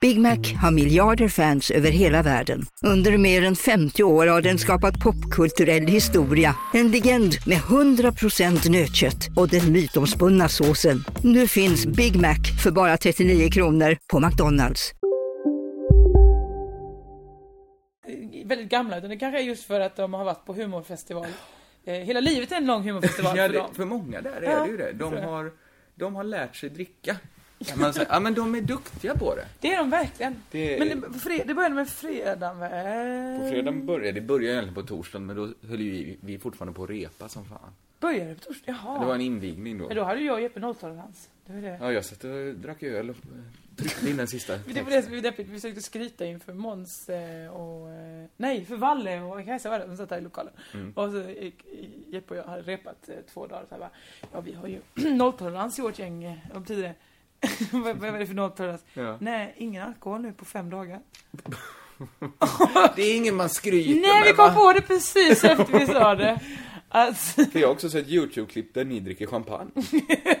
[SPEAKER 5] Big Mac har miljarder fans över hela världen. Under mer än 50 år har den skapat popkulturell historia. En legend med 100% nötkött och den mytomspunna såsen. Nu finns Big Mac för bara 39 kronor på McDonalds.
[SPEAKER 3] väldigt gamla utan det kanske är just för att de har varit på humorfestival. Eh, hela livet är en lång humorfestival
[SPEAKER 4] Ja,
[SPEAKER 3] för
[SPEAKER 4] det,
[SPEAKER 3] dem.
[SPEAKER 4] för många där
[SPEAKER 3] Ja,
[SPEAKER 4] är det ju det. De
[SPEAKER 3] tror jag.
[SPEAKER 4] har, de har lärt sig dricka. Kan man säga. Ja, men de är duktiga på det.
[SPEAKER 3] Det är de verkligen.
[SPEAKER 4] Det-
[SPEAKER 3] Men det, fre, det började med fredagen väl?
[SPEAKER 4] På fredagen började, det började egentligen på torsdagen, men då höll ju vi, vi fortfarande på att repa som fan.
[SPEAKER 3] Började det på torsdag? Jaha.
[SPEAKER 4] Det var en invigning då.
[SPEAKER 3] Men då hade ju jag och Jeppe nolltolerans. Det var det.
[SPEAKER 4] Ja, jag satt och drack öl och eh, tryckte in den sista.
[SPEAKER 3] Det var det som blev deppigt. Vi försökte skryta inför Måns eh, och... eh, Nej, för Valle och Kajsa var det. De satt här i lokalen.
[SPEAKER 4] Mm.
[SPEAKER 3] Och så gick Jeppe och jag hade repat eh, två dagar. Så här bara, ja, vi har ju nolltolerans i vårt gäng. eh, Vad betyder det? vad, vad är det för nolltolerans?
[SPEAKER 4] Ja.
[SPEAKER 3] Nej, ingen alkohol nu på fem dagar.
[SPEAKER 4] Det är ingen man skryter
[SPEAKER 3] Nej, vi
[SPEAKER 4] med,
[SPEAKER 3] kom
[SPEAKER 4] va?
[SPEAKER 3] på det precis efter vi sa det. Alltså,
[SPEAKER 4] För jag har också sett YouTube-klipp där ni dricker champagne.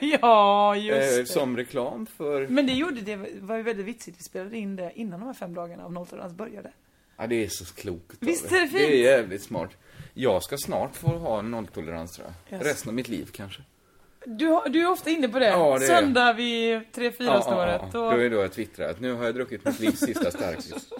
[SPEAKER 3] ja, just
[SPEAKER 4] Eh,
[SPEAKER 3] det.
[SPEAKER 4] som reklam för...
[SPEAKER 3] Men det gjorde det, var ju väldigt vitsigt. Vi spelade in det innan de här fem dagarna av nolltolerans började.
[SPEAKER 4] Ja, det är så klokt av
[SPEAKER 3] Visst
[SPEAKER 4] er.
[SPEAKER 3] är det fint?
[SPEAKER 4] Det är jävligt smart. Jag ska snart få ha nolltolerans tror jag.
[SPEAKER 3] Yes.
[SPEAKER 4] Resten av mitt liv kanske.
[SPEAKER 3] Du, har- du är ofta inne på det.
[SPEAKER 4] Ja, det är-
[SPEAKER 3] Söndag vid 3-4-snåret.
[SPEAKER 4] Då är det då jag twittrar att nu har jag druckit mitt livs sista starkis.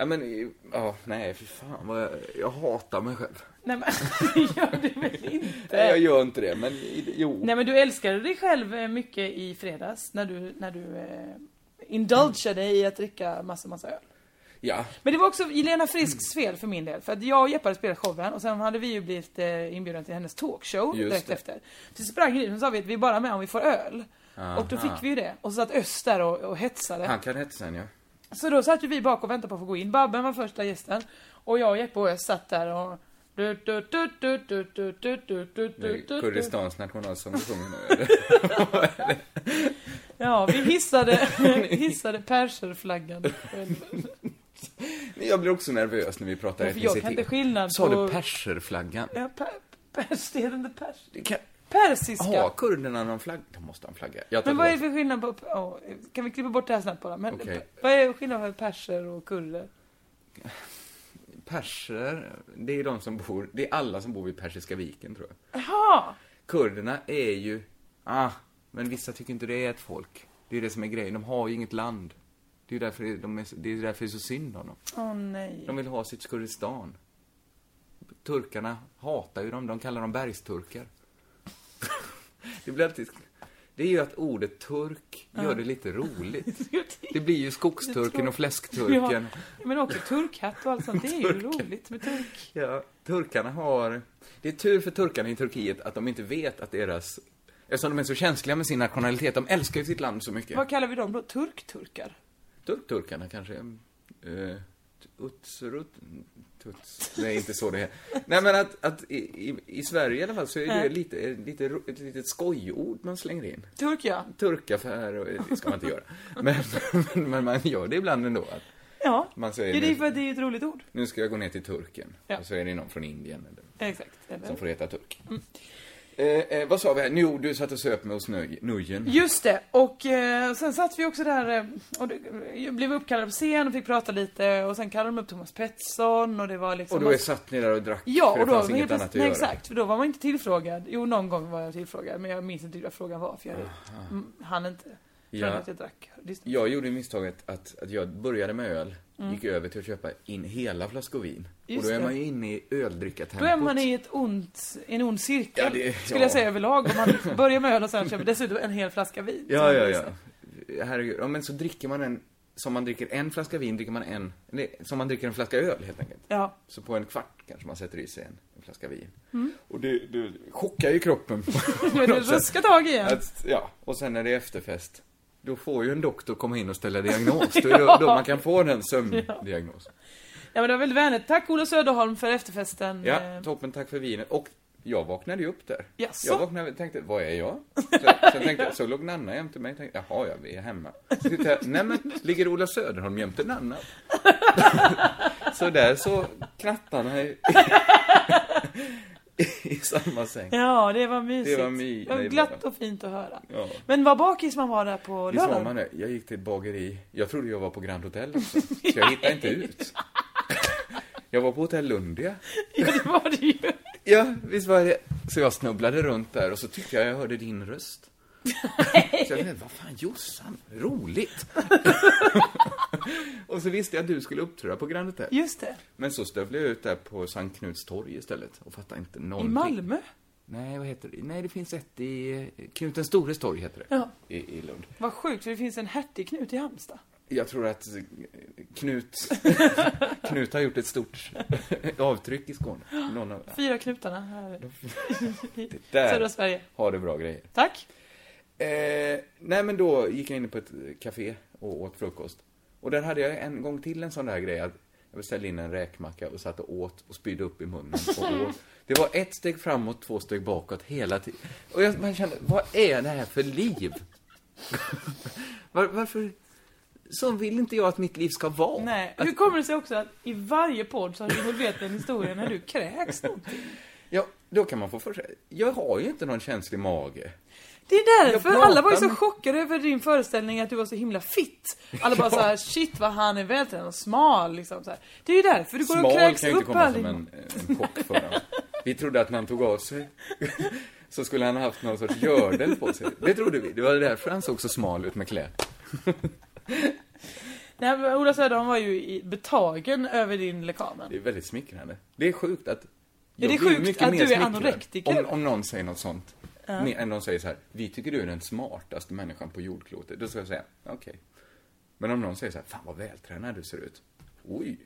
[SPEAKER 4] Ja men, eh, ja, nej för fan vad jag, jag hatar mig själv.
[SPEAKER 3] Nej men, det gör du väl inte?
[SPEAKER 4] Nej jag gör inte det, men i- jo.
[SPEAKER 3] Nej men du älskade dig själv eh, mycket i fredags när du, när du eh, indulgade i att dricka massa, massa öl.
[SPEAKER 4] Ja,
[SPEAKER 3] Men det var också Jelena Frisks
[SPEAKER 4] Mm.
[SPEAKER 3] fel för min del. För att jag och Jeppe hade spelat showen och sen hade vi ju blivit eh, inbjudna till hennes talkshow
[SPEAKER 4] Just
[SPEAKER 3] direkt
[SPEAKER 4] det.
[SPEAKER 3] efter. Så sprang vi dit och sa vi att vi är bara med om vi får öl. Och då fick vi ju det. Och så satt Öst där och, och hetsade.
[SPEAKER 4] han kan heta sen ja.
[SPEAKER 3] Så då satt ju vi bak och väntade på att få gå in. Babben var första gästen. Och jag och Jeppe och Öst satt där och... Du, du, du, du, du, du, du, du, du,
[SPEAKER 4] Det
[SPEAKER 3] du,
[SPEAKER 4] är
[SPEAKER 3] du, du.
[SPEAKER 4] Kurdistans nationalsång vi sjunger nu. eller?
[SPEAKER 3] Ja, vi hissade, hissade perserflaggan. För
[SPEAKER 4] Jag blir också nervös när vi pratar
[SPEAKER 3] jag kan inte
[SPEAKER 4] etnicitet.
[SPEAKER 3] skillnad
[SPEAKER 4] Sa du
[SPEAKER 3] på...
[SPEAKER 4] perserflaggan?
[SPEAKER 3] Ja, per, pers, det heter inte pers.
[SPEAKER 4] Det kan- Har
[SPEAKER 3] Persiska.
[SPEAKER 4] kurderna någon flagga? Då måste han flagga. Jag tar
[SPEAKER 3] Men vad är det
[SPEAKER 4] tillbaka.
[SPEAKER 3] för skillnad på... ja, kan vi klippa bort det här snabbt bara? Men
[SPEAKER 4] Okej.
[SPEAKER 3] Vad är skillnaden på perser och kurder?
[SPEAKER 4] Perser, det är de som bor, det är alla som bor vid Persiska viken tror jag.
[SPEAKER 3] Jaha!
[SPEAKER 4] Kurderna är ju, ah, men vissa tycker inte det är ett folk. Det är det som är grejen, de har ju inget land. Det är därför de är, det är, därför det är så synd om dem.
[SPEAKER 3] Åh nej.
[SPEAKER 4] De vill ha sitt Kurdistan. Turkarna hatar ju dem, de kallar dem bergsturkar. det blir alltid, det är ju att ordet turk gör det lite roligt. Det blir ju skogsturken och fläskturken.
[SPEAKER 3] Ja, men också turkhatt och allt sånt. Det är ju roligt med turk.
[SPEAKER 4] Ja, turkarna har... Det är tur för turkarna i Turkiet att de inte vet att deras... Eftersom de är så känsliga med sin nationalitet, de älskar ju sitt land så mycket.
[SPEAKER 3] Vad kallar vi dem då? Turkturkar?
[SPEAKER 4] Turkturkarna kanske... Uh, Utsrut... Tuts... Nej, inte så det är. Nej, men att, att i, i, i Sverige i alla fall så är det lite, lite, ro- ett litet skojord man slänger in.
[SPEAKER 3] Turk ja.
[SPEAKER 4] Turkaffär och... Det ska man inte göra. Men, men, men man gör det ibland ändå. Att
[SPEAKER 3] Ja.
[SPEAKER 4] man säger
[SPEAKER 3] ja det är för
[SPEAKER 4] nu,
[SPEAKER 3] att det är ett roligt ord.
[SPEAKER 4] nu ska jag gå ner till Turken.
[SPEAKER 3] Ja.
[SPEAKER 4] Och så är det någon från Indien eller...
[SPEAKER 3] Exakt. Eller?
[SPEAKER 4] Som får heta turk.
[SPEAKER 3] Mm.
[SPEAKER 4] Eh, eh, vad sa vi här? Jo, du satt och söp med oss nöj- Nujen.
[SPEAKER 3] Just det, och eh, sen satt vi också där eh, och det, jag blev uppkallade på scen och fick prata lite och sen kallade de upp Thomas Pettersson och det var liksom...
[SPEAKER 4] Och då är satt ni där och drack,
[SPEAKER 3] Ja,
[SPEAKER 4] för
[SPEAKER 3] och
[SPEAKER 4] det
[SPEAKER 3] då,
[SPEAKER 4] fanns inget
[SPEAKER 3] helt
[SPEAKER 4] annat
[SPEAKER 3] plötsligt-
[SPEAKER 4] att
[SPEAKER 3] nej,
[SPEAKER 4] göra.
[SPEAKER 3] exakt, för då var man inte tillfrågad. Jo, någon gång var jag tillfrågad, men jag minns inte vad frågan var, för jag mm, hann inte.
[SPEAKER 4] Ja.
[SPEAKER 3] Från att jag drack. Just det.
[SPEAKER 4] Jag gjorde misstaget att, att jag började med öl, gick över till att köpa in hela flaskor vin.
[SPEAKER 3] Mm. Just
[SPEAKER 4] och då är
[SPEAKER 3] det.
[SPEAKER 4] man ju inne i
[SPEAKER 3] Då
[SPEAKER 4] öldrickartempot.
[SPEAKER 3] är man i ett ont, en ond cirkel,
[SPEAKER 4] Ja, det-
[SPEAKER 3] skulle
[SPEAKER 4] ja.
[SPEAKER 3] jag säga överlag. Om man börjar med öl och sen köper dessutom en hel flaska vin.
[SPEAKER 4] Ja, ja, ja. Herregud. Ja, men så dricker man en... Som man dricker en flaska vin, dricker man en... Nej, som man dricker en flaska öl, helt enkelt.
[SPEAKER 3] Ja.
[SPEAKER 4] Så på en kvart kanske man sätter i sig en, en flaska vin.
[SPEAKER 3] Mm.
[SPEAKER 4] Och det, det chockar ju kroppen. på
[SPEAKER 3] Men det
[SPEAKER 4] något sätt.
[SPEAKER 3] ruskar tag i en.
[SPEAKER 4] Att, ja, och sen när det är efterfest, då får ju en doktor komma in och ställa diagnos. Då är det då man kan få den sömndiagnos.
[SPEAKER 3] Ja men det var väldigt vänligt. Tack Ola Söderholm för efterfesten.
[SPEAKER 4] Ja,
[SPEAKER 3] Eh,
[SPEAKER 4] toppen, tack för vinet. Och jag vaknade ju upp där.
[SPEAKER 3] Jaså?
[SPEAKER 4] Jag vaknade och tänkte, vad är jag? Så, sen tänkte, jag- så låg Nanna jämte mig och tänkte, jaha, ja, vi är hemma. Så tittade jag, nej men, ligger Ola Söderholm jämte Nanna? så där så knattarna i, i samma säng.
[SPEAKER 3] Ja, det var mysigt.
[SPEAKER 4] Det var my-
[SPEAKER 3] Det var
[SPEAKER 4] nej,
[SPEAKER 3] glatt
[SPEAKER 4] bara-
[SPEAKER 3] och fint att höra.
[SPEAKER 4] Ja.
[SPEAKER 3] Men vad bakis man var där på
[SPEAKER 4] Visst var
[SPEAKER 3] lördagen?
[SPEAKER 4] man det? Jag gick till ett bageri. Jag trodde jag var på Grand Hotel också, så jag hittade inte ut. Jag var på Hotell Lundia.
[SPEAKER 3] Ja, det var det ju.
[SPEAKER 4] Ja, visst var det. Så jag snubblade runt där och så tyckte jag jag hörde din röst. Så jag tänkte, vad fan Jossan, roligt. och så visste jag att du skulle uppträda på Grand Hotel.
[SPEAKER 3] Just det.
[SPEAKER 4] Men så stövlade jag ut där på Sankt Knuts torg istället och fattade inte
[SPEAKER 3] I
[SPEAKER 4] någonting.
[SPEAKER 3] Malmö.
[SPEAKER 4] Nej, vad heter det? Nej, det finns ett i eh, Knut den stores torg heter det.
[SPEAKER 3] Ja.
[SPEAKER 4] I, I Lund.
[SPEAKER 3] Vad sjukt, för det finns en hertigknut i Halmstad.
[SPEAKER 4] Jag tror att eh, Knut, Knut har gjort ett stort avtryck i Skåne. Någon av,
[SPEAKER 3] Fyra knutarna här i
[SPEAKER 4] där.
[SPEAKER 3] södra Sverige.
[SPEAKER 4] har det bra grejer.
[SPEAKER 3] Tack.
[SPEAKER 4] Eh, nej, men då gick jag in på ett café och åt frukost. Och där hade jag en gång till en sån där grej att jag beställde in en räkmacka och satt och åt och spydde upp i munnen. Och åt. Det var ett steg framåt, två steg bakåt hela tiden. Och jag, man kände, vad är det här för liv? Var, varför? Så vill inte jag att mitt liv ska vara.
[SPEAKER 3] Nej.
[SPEAKER 4] Att-
[SPEAKER 3] Hur kommer det sig också att i varje podd så har du involverat en historia när du kräks någonting?
[SPEAKER 4] Ja, då kan man få för sig. Jag har ju inte någon känslig mage.
[SPEAKER 3] Det är därför
[SPEAKER 4] pratar
[SPEAKER 3] alla var ju så
[SPEAKER 4] med-
[SPEAKER 3] chockade över din föreställning att du var så himla fit. Alla bara så här, shit vad han är vältränad och smal liksom så här. Det är ju därför du går och
[SPEAKER 4] Smal
[SPEAKER 3] kräks
[SPEAKER 4] kan ju
[SPEAKER 3] upp
[SPEAKER 4] inte komma
[SPEAKER 3] här.
[SPEAKER 4] som
[SPEAKER 3] din-
[SPEAKER 4] en, en chock för honom. Vi trodde att när han tog av sig så skulle han ha haft någon sorts gördel på sig. Det trodde vi. Det var därför han såg så smal ut med kläder.
[SPEAKER 3] Nej, men Ola Söderholm var ju i- betagen över din lekamen.
[SPEAKER 4] Det är väldigt smickrande. Det är sjukt att...
[SPEAKER 3] Ja, det är
[SPEAKER 4] jag blir
[SPEAKER 3] sjukt
[SPEAKER 4] mycket
[SPEAKER 3] att
[SPEAKER 4] mer
[SPEAKER 3] du är
[SPEAKER 4] smickrad
[SPEAKER 3] anorektiker.
[SPEAKER 4] Om, om någon säger något sånt. Mer än någon säger så här, vi tycker du är den smartaste människan på jordklotet. Då ska jag säga, okej. Men om någon säger så här, fan vad vältränad du ser ut. Oj,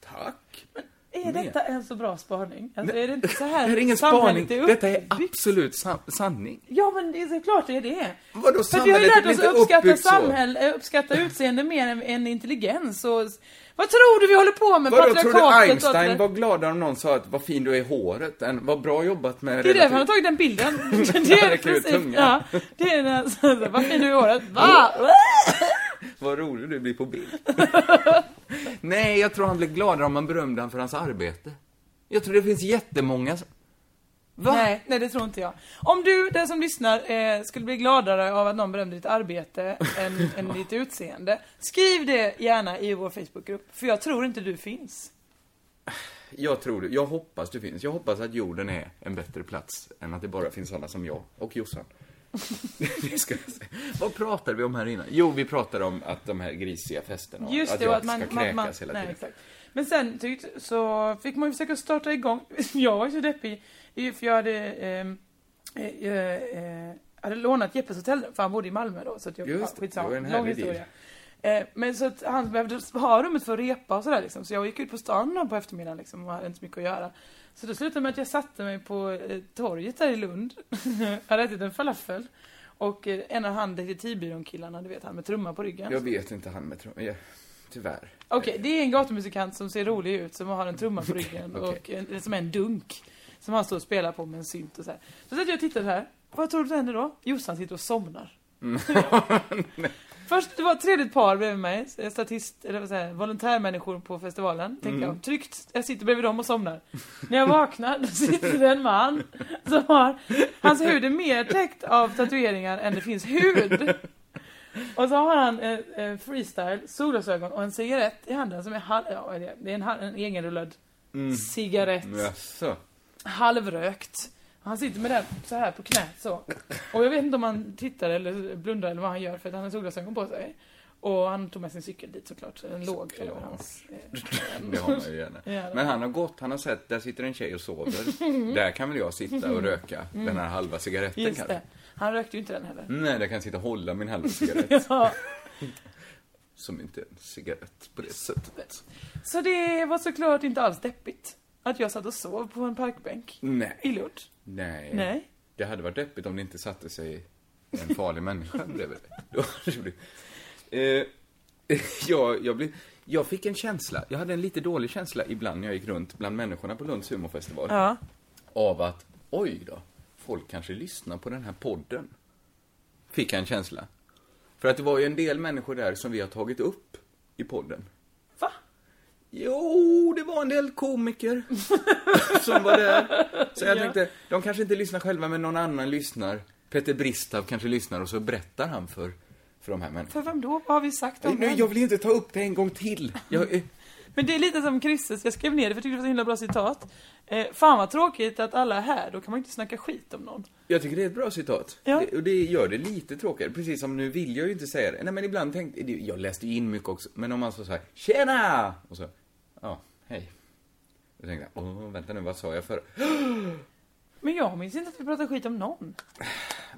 [SPEAKER 4] tack.
[SPEAKER 3] Är
[SPEAKER 4] Mer.
[SPEAKER 3] detta en så bra spaning? Alltså, är det inte så
[SPEAKER 4] Det
[SPEAKER 3] här
[SPEAKER 4] här är ingen
[SPEAKER 3] samhället
[SPEAKER 4] spaning.
[SPEAKER 3] är
[SPEAKER 4] Detta är
[SPEAKER 3] uppbyggt?
[SPEAKER 4] absolut san- sanning.
[SPEAKER 3] Ja men det är så klart det är det.
[SPEAKER 4] Vadå
[SPEAKER 3] För att vi har ju lärt
[SPEAKER 4] samhället blir
[SPEAKER 3] oss
[SPEAKER 4] inte
[SPEAKER 3] att uppskatta,
[SPEAKER 4] uppbyggt så?
[SPEAKER 3] samhälle, uppskatta utseende mer än, än intelligens och... Vad tror du vi håller på med?
[SPEAKER 4] Vadå, tror
[SPEAKER 3] Patriarkatet
[SPEAKER 4] du
[SPEAKER 3] och allt det
[SPEAKER 4] Einstein
[SPEAKER 3] där?
[SPEAKER 4] var gladare om någon sa att vad fin du är i håret än vad bra jobbat med
[SPEAKER 3] Det är därför han har
[SPEAKER 4] relativt-
[SPEAKER 3] tagit den bilden. Det
[SPEAKER 4] Ja,
[SPEAKER 3] är
[SPEAKER 4] det kan ju
[SPEAKER 3] precis,
[SPEAKER 4] tunga.
[SPEAKER 3] ja. Det är den, så, så, vad fin du är i håret. Va?
[SPEAKER 4] Vad rolig du blir på bild. Nej, jag tror han blev gladare om man berömde han för hans arbete. Jag tror det finns jättemånga som... Va?
[SPEAKER 3] Nej, nej det tror inte jag. Om du, den som lyssnar, eh, skulle bli gladare av att någon berömde ditt arbete än, än ditt utseende. Skriv det gärna i vår Facebookgrupp, för jag tror inte du finns.
[SPEAKER 4] Jag tror det. Jag hoppas det finns. Jag hoppas att jorden är en bättre plats än att det bara finns sådana som jag och Jossan. det ska jag säga. Vad pratade vi om här innan? Jo, vi pratade om att de här grisiga festerna och
[SPEAKER 3] Just
[SPEAKER 4] att
[SPEAKER 3] det,
[SPEAKER 4] jag
[SPEAKER 3] och att man...
[SPEAKER 4] ska
[SPEAKER 3] man,
[SPEAKER 4] kräkas
[SPEAKER 3] man
[SPEAKER 4] hela
[SPEAKER 3] nej,
[SPEAKER 4] tiden.
[SPEAKER 3] exakt. Men sen tyckte, så fick man ju försöka starta igång. Jag var ju så deppig, i- för jag hade, ehm, eh, eh, eh, hade lånat Jeppes hotellrum, för han bodde i Malmö då. Så att jag,
[SPEAKER 4] Just det, det var en härlig
[SPEAKER 3] Eh, Men så att han behövde ha rummet för att repa och sådär liksom. Så jag gick ut på stan någon på eftermiddagen liksom och hade inte så mycket att göra. Så det slutade med att jag satte mig på eh, torget där i Lund. hade ätit en falafel. Och eh, en av han detektivbyrån-killarna, du vet han med trumma på ryggen.
[SPEAKER 4] Jag vet inte han med trumman. Ja, tyvärr.
[SPEAKER 3] Okej, det är en gatumusikant som ser rolig ut, som har en trumma på ryggen
[SPEAKER 4] Okej.
[SPEAKER 3] och en, som är en dunk. Som han står och spelar på med en synt och så här. Så satt jag och tittade här. Vad tror du händer då? Jossan sitter och somnar. Först, det var ett trevligt par bredvid mig, statist, eller vad säger jag, volontärmänniskor på festivalen. Tänkte jag, tryggt, jag sitter bredvid dem och somnar. När jag vaknar, då sitter det en man som har, hans hud är mer täckt av tatueringar än det finns hud. Och så har han eh, eh, freestyle, solglasögon och en cigarett i handen som är halv, ja, vad är det? det är en, hal- en egenrullad cigarett.
[SPEAKER 4] Jaså?
[SPEAKER 3] Halvrökt. Han sitter med den så här på knät så. Och jag vet inte om han tittar eller blundar eller vad han gör för att han har solglasögon på sig. Och han tog med sin cykel dit såklart, så den låg över
[SPEAKER 4] Såklart.
[SPEAKER 3] hans... eh,
[SPEAKER 4] Det har man ju gärna.
[SPEAKER 3] Ja, det-
[SPEAKER 4] Men han har gått, han har sett, där sitter en tjej och sover. där kan väl jag sitta och röka den här halva cigaretten
[SPEAKER 3] Mm. Just
[SPEAKER 4] kanske?
[SPEAKER 3] det. Han rökte ju inte den heller.
[SPEAKER 4] Nej, där kan jag sitta och hålla min halva cigarett.
[SPEAKER 3] Ja.
[SPEAKER 4] som inte är en cigarett på det sättet.
[SPEAKER 3] Så det var såklart inte alls deppigt. Att jag satt och sov på en parkbänk. I
[SPEAKER 4] Nej.
[SPEAKER 3] Lund.
[SPEAKER 4] Nej.
[SPEAKER 3] Nej.
[SPEAKER 4] Det hade varit deppigt om det inte satte sig en farlig människa bredvid. Då hade det blivit- Eh, jag, jag, blev, jag fick en känsla, jag hade en lite dålig känsla ibland när jag gick runt bland människorna på Lunds humorfestival.
[SPEAKER 3] Ja.
[SPEAKER 4] av att oj då, folk kanske lyssnar på den här podden. Fick jag en känsla. För att det var ju en del människor där som vi har tagit upp i podden.
[SPEAKER 3] Va?
[SPEAKER 4] Jo, det var en del komiker som var där. Så jag tänkte, de kanske inte lyssnar själva, men någon annan lyssnar. Peter Bristav kanske lyssnar och så berättar han för, för de här människorna.
[SPEAKER 3] För vem då? Vad har vi sagt om
[SPEAKER 4] Nej,
[SPEAKER 3] den?
[SPEAKER 4] jag vill inte ta upp det en gång till. Jag, eh,
[SPEAKER 3] Men det är lite som Chrisses, jag skrev ner det för jag tyckte det var så himla bra citat. Eh, fan vad tråkigt att alla är här, då kan man ju inte snacka skit om någon.
[SPEAKER 4] jag tycker det är ett bra citat.
[SPEAKER 3] Ja.
[SPEAKER 4] Det, och det gör det lite tråkigare. Precis som nu vill jag ju inte säga det. Nej, men ibland tänkte det- jag, läste ju in mycket också, men om man sa så här, tjena! Och så, ja, hej. Då tänkte jag, åh, vänta nu, vad sa jag för?
[SPEAKER 3] Men jag minns inte att vi pratade skit om någon.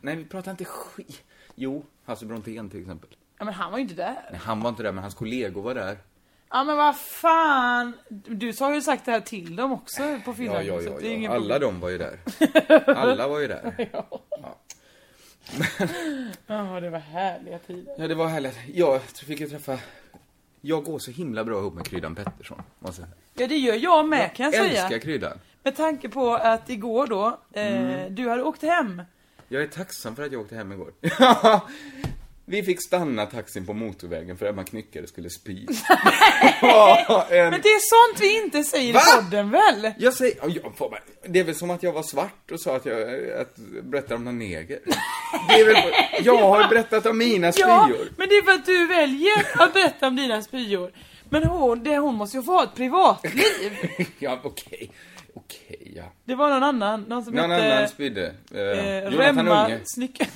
[SPEAKER 4] Nej, vi pratar inte skit. Jo, Hasse Brontén till exempel.
[SPEAKER 3] Ja, men han var ju inte där.
[SPEAKER 4] Nej, han var inte där, men hans kollegor var där.
[SPEAKER 3] Ja men vad fan. Du har ju sagt det här till dem också på filmen.
[SPEAKER 4] Ja, ja,
[SPEAKER 3] så
[SPEAKER 4] ja,
[SPEAKER 3] det är
[SPEAKER 4] ja.
[SPEAKER 3] ingen
[SPEAKER 4] Alla de var ju där. Alla var ju där.
[SPEAKER 3] Ja, det var härliga tider.
[SPEAKER 4] Ja, det var härligt. Jag fick ju träffa... Jag går så himla bra ihop med Kryddan Pettersson. Måste jag säga.
[SPEAKER 3] Ja det gör jag med kan jag
[SPEAKER 4] älskar
[SPEAKER 3] säga.
[SPEAKER 4] Kryddan.
[SPEAKER 3] Med tanke på att igår då, eh, du hade åkt hem.
[SPEAKER 4] Jag är tacksam för att jag åkte hem igår. Ja, Vi fick stanna taxin på motorvägen för Emma Knyckare skulle spy. Ja, en-
[SPEAKER 3] Men det är sånt vi inte säger
[SPEAKER 4] Va?
[SPEAKER 3] i podden väl?
[SPEAKER 4] Jag säger, ja, jag får bara- det är väl som att jag var svart och sa att jag att, berättade om någon neger. Det är väl, jag har berättat om mina
[SPEAKER 3] Ja,
[SPEAKER 4] spyor.
[SPEAKER 3] men det är för att du väljer att berätta om dina spyor. Men hon, det, hon måste ju få ha ett privatliv.
[SPEAKER 4] Ja, okej. Okej, ja.
[SPEAKER 3] Det var någon annan, någon som
[SPEAKER 4] Någon
[SPEAKER 3] hette...
[SPEAKER 4] annan spydde. Eh,
[SPEAKER 3] Eh,
[SPEAKER 4] Jonathan
[SPEAKER 3] Remma
[SPEAKER 4] Unge.
[SPEAKER 3] Snyck...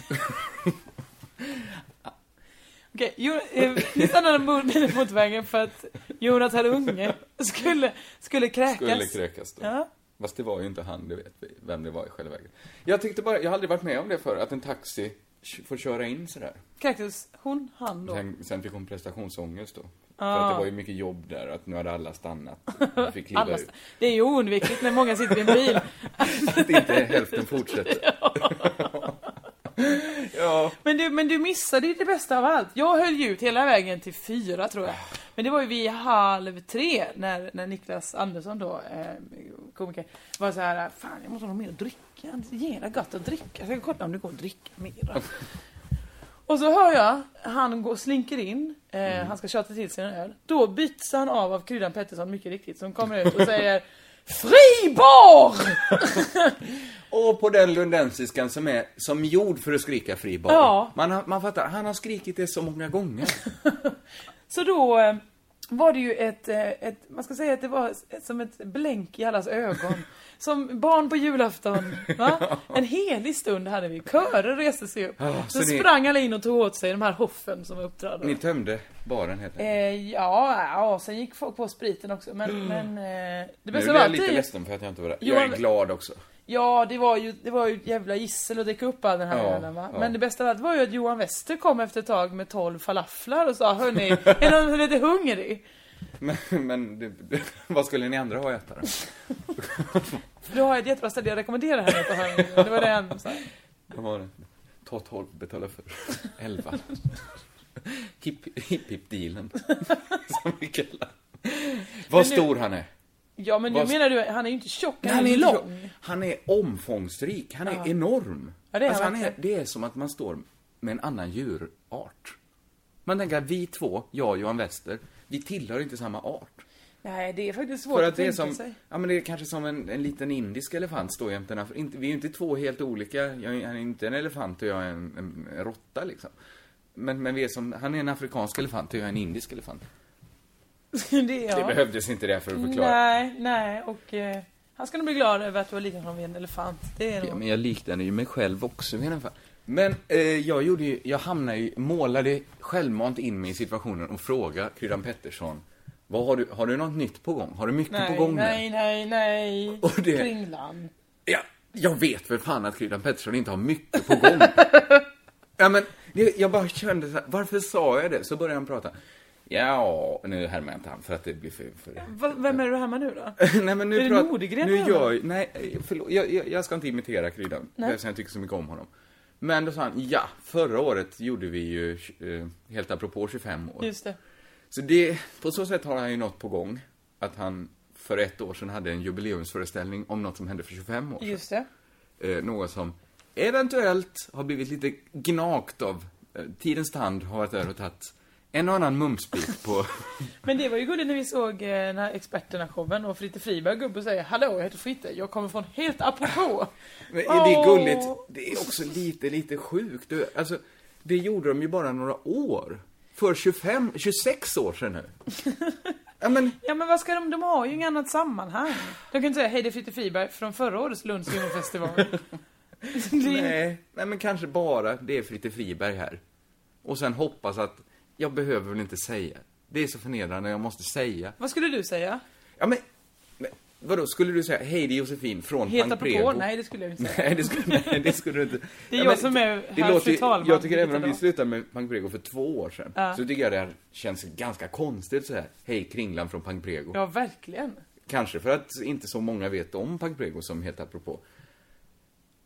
[SPEAKER 3] Okej, jo, eh, ni stannade bilen mot vägen för att Jonathan Unge skulle, skulle kräkas.
[SPEAKER 4] Skulle kräkas då.
[SPEAKER 3] Ja.
[SPEAKER 4] Fast det var ju inte han, det vet vi, vem det var i själva verket. Jag tyckte bara, jag har aldrig varit med om det förr, att en taxi k- får köra in sådär.
[SPEAKER 3] Kräktes hon, han då? Ah.
[SPEAKER 4] Sen, sen fick hon prestationsångest då. För att det var ju mycket jobb där, att nu hade alla stannat. Vi Fick kliva
[SPEAKER 3] Alla,
[SPEAKER 4] ut.
[SPEAKER 3] det är ju oundvikligt när många sitter i en bil.
[SPEAKER 4] Att inte hälften fortsätter. ja.
[SPEAKER 3] Men du, men du missade ju det bästa av allt. Jag höll ju ut hela vägen till fyra tror jag. Men det var ju vid halv tre när, när Niklas Andersson då, eh, komiker, var så här, fan jag måste ha något mer att dricka. Det är jävla gott att dricka. Jag ska kolla om det går att dricka mer. Och så hör jag, han går, slinker in, eh, han ska tjata till sig en öl. Då byts han av av Kryddan Pettersson mycket riktigt som kommer ut och säger FRIBAR!
[SPEAKER 4] Och på den lundensiskan som är som gjord för att skrika fri bar.
[SPEAKER 3] Ja.
[SPEAKER 4] Man, har- man fattar, han har skrikit det så många gånger.
[SPEAKER 3] Så då eh, var det ju ett, eh, ett man ska säga att det var ett, som ett blänk i allas ögon. Som barn på julafton. Va? En helig stund hade vi. Körer reste sig upp.
[SPEAKER 4] Ja,
[SPEAKER 3] så
[SPEAKER 4] så ni-
[SPEAKER 3] sprang alla in och tog åt sig de här hoffen som uppträdde.
[SPEAKER 4] Ni tömde baren helt enkelt.
[SPEAKER 3] Eh, ja, ja, sen gick folk på spriten också. Men, men eh, det
[SPEAKER 4] Nu
[SPEAKER 3] bästa
[SPEAKER 4] blir
[SPEAKER 3] av
[SPEAKER 4] jag
[SPEAKER 3] allt är
[SPEAKER 4] lite
[SPEAKER 3] ju,
[SPEAKER 4] ledsen för att jag inte var där.
[SPEAKER 3] Jo,
[SPEAKER 4] Jag är
[SPEAKER 3] men-
[SPEAKER 4] glad också.
[SPEAKER 3] Ja, det var ju, det var ju ett jävla gissel att dricka upp all den här
[SPEAKER 4] Ja,
[SPEAKER 3] ölen va.
[SPEAKER 4] ja.
[SPEAKER 3] Men det bästa av allt var ju att Johan Wester kom efter ett tag med 12 falafflar och sa hörni, är någon lite hungrig?
[SPEAKER 4] Men, men det, vad skulle ni andra ha att äta då?
[SPEAKER 3] Du har ett jättebra ställe, jag rekommenderar henne att ha Det var det en sa.
[SPEAKER 4] Vad var det? Ta 12, betala för 11. Hipp, hipp, hipp dealen. Som vi kallar Vad
[SPEAKER 3] nu-
[SPEAKER 4] stor han är.
[SPEAKER 3] Ja men nu
[SPEAKER 4] Vad-
[SPEAKER 3] menar du, han är ju inte tjock, han, är ju
[SPEAKER 4] inte
[SPEAKER 3] lång.
[SPEAKER 4] tjock. Han är omfångsrik. Han är enorm.
[SPEAKER 3] Ja, det är
[SPEAKER 4] alltså,
[SPEAKER 3] han
[SPEAKER 4] han är,
[SPEAKER 3] verkligen.
[SPEAKER 4] det är som att man står med en annan djurart. Man tänker att vi två, jag och Johan Wester, vi tillhör inte samma art.
[SPEAKER 3] Nej det är faktiskt svårt
[SPEAKER 4] För
[SPEAKER 3] att
[SPEAKER 4] att det är
[SPEAKER 3] tänka
[SPEAKER 4] som,
[SPEAKER 3] sig.
[SPEAKER 4] ja men det är kanske som en, en liten indisk elefant står jämte en af- inte, Vi är ju inte två helt olika, jag, är- han är inte en elefant och jag är en, en, en råtta liksom. Men, men vi är som, han är en afrikansk elefant och jag är en indisk elefant.
[SPEAKER 3] det, ja.
[SPEAKER 4] Det behövdes inte det för att förklara.
[SPEAKER 3] Nej, nej och eh, han ska nog bli glad över att du har liknat honom vid en elefant. Det är
[SPEAKER 4] Ja,
[SPEAKER 3] nog...
[SPEAKER 4] men jag liknade ju mig själv också i alla fall. Men eh, jag gjorde ju, jag hamnade ju, målade självmant in mig i situationen och frågade Kryddan Pettersson, vad har du, har du något nytt på gång? Har du mycket
[SPEAKER 3] Nej,
[SPEAKER 4] på gång nu?"
[SPEAKER 3] nej, nej, nej.
[SPEAKER 4] Och det-
[SPEAKER 3] Kringlan.
[SPEAKER 4] Ja, jag vet för fan att Kryddan Pettersson inte har mycket på gång. ja, men det, jag bara kände så här, varför sa jag det? Så började han prata. Ja, nu härmar jag inte han för att det blir för... för...
[SPEAKER 3] Va, vem är du här med nu då?
[SPEAKER 4] nej, men nu
[SPEAKER 3] Är det
[SPEAKER 4] prat-
[SPEAKER 3] Nordegren
[SPEAKER 4] nu
[SPEAKER 3] eller?
[SPEAKER 4] gör, Nej, förlåt, jag, jag, jag ska inte imitera Kryddan, eftersom jag tycker så mycket om honom. Men då sa han, ja, förra året gjorde vi ju, eh, helt apropå 25 år.
[SPEAKER 3] Just det.
[SPEAKER 4] Så det, på så sätt har han ju något på gång. Att han för ett år sedan hade en jubileumsföreställning om något som hände för 25 år sedan
[SPEAKER 3] Just det.
[SPEAKER 4] eh, något som eventuellt har blivit lite gnagt av. Eh, tidens tand har varit där och tagit En och annan mumsbit på...
[SPEAKER 3] Men det var ju gulligt när vi såg eh, den här experterna-showen och Fritte Friberg går upp och säger Hallå, jag heter Fritte, jag kommer från helt apropå.
[SPEAKER 4] Men är det gulligt?
[SPEAKER 3] Åh.
[SPEAKER 4] Det är också lite, lite sjukt. Du, alltså, det gjorde de ju bara några år. För 25, 26 år sedan nu. Ja, men,
[SPEAKER 3] Ja men vad ska de, de har ju inget annat sammanhang. De kan inte säga hej det är Fritte Friberg från förra årets Lunds Junnofestival. det,
[SPEAKER 4] nej, nej, men kanske bara det är Fritte Friberg här. Och sen hoppas att, jag behöver väl inte säga. Det är så förnedrande, jag måste säga.
[SPEAKER 3] vad skulle du säga?
[SPEAKER 4] Ja, men, men vadå, skulle du säga, hej det är Josefin från
[SPEAKER 3] Helt apropå?
[SPEAKER 4] Pankrebo?
[SPEAKER 3] Nej det skulle jag inte säga.
[SPEAKER 4] Nej, det skulle, nej, det skulle du inte.
[SPEAKER 3] Det är jag som är
[SPEAKER 4] det
[SPEAKER 3] här,
[SPEAKER 4] låter,
[SPEAKER 3] fru
[SPEAKER 4] ju-
[SPEAKER 3] talman,
[SPEAKER 4] Jag tycker även om
[SPEAKER 3] vilket
[SPEAKER 4] vi
[SPEAKER 3] då?
[SPEAKER 4] slutade med Pankrego för två år sedan,
[SPEAKER 3] Ja.
[SPEAKER 4] så tycker jag det här känns ganska konstigt så här. Hej, Kringlan från Pankrego.
[SPEAKER 3] Ja verkligen.
[SPEAKER 4] Kanske för att inte så många vet om Pankrego som helt apropå.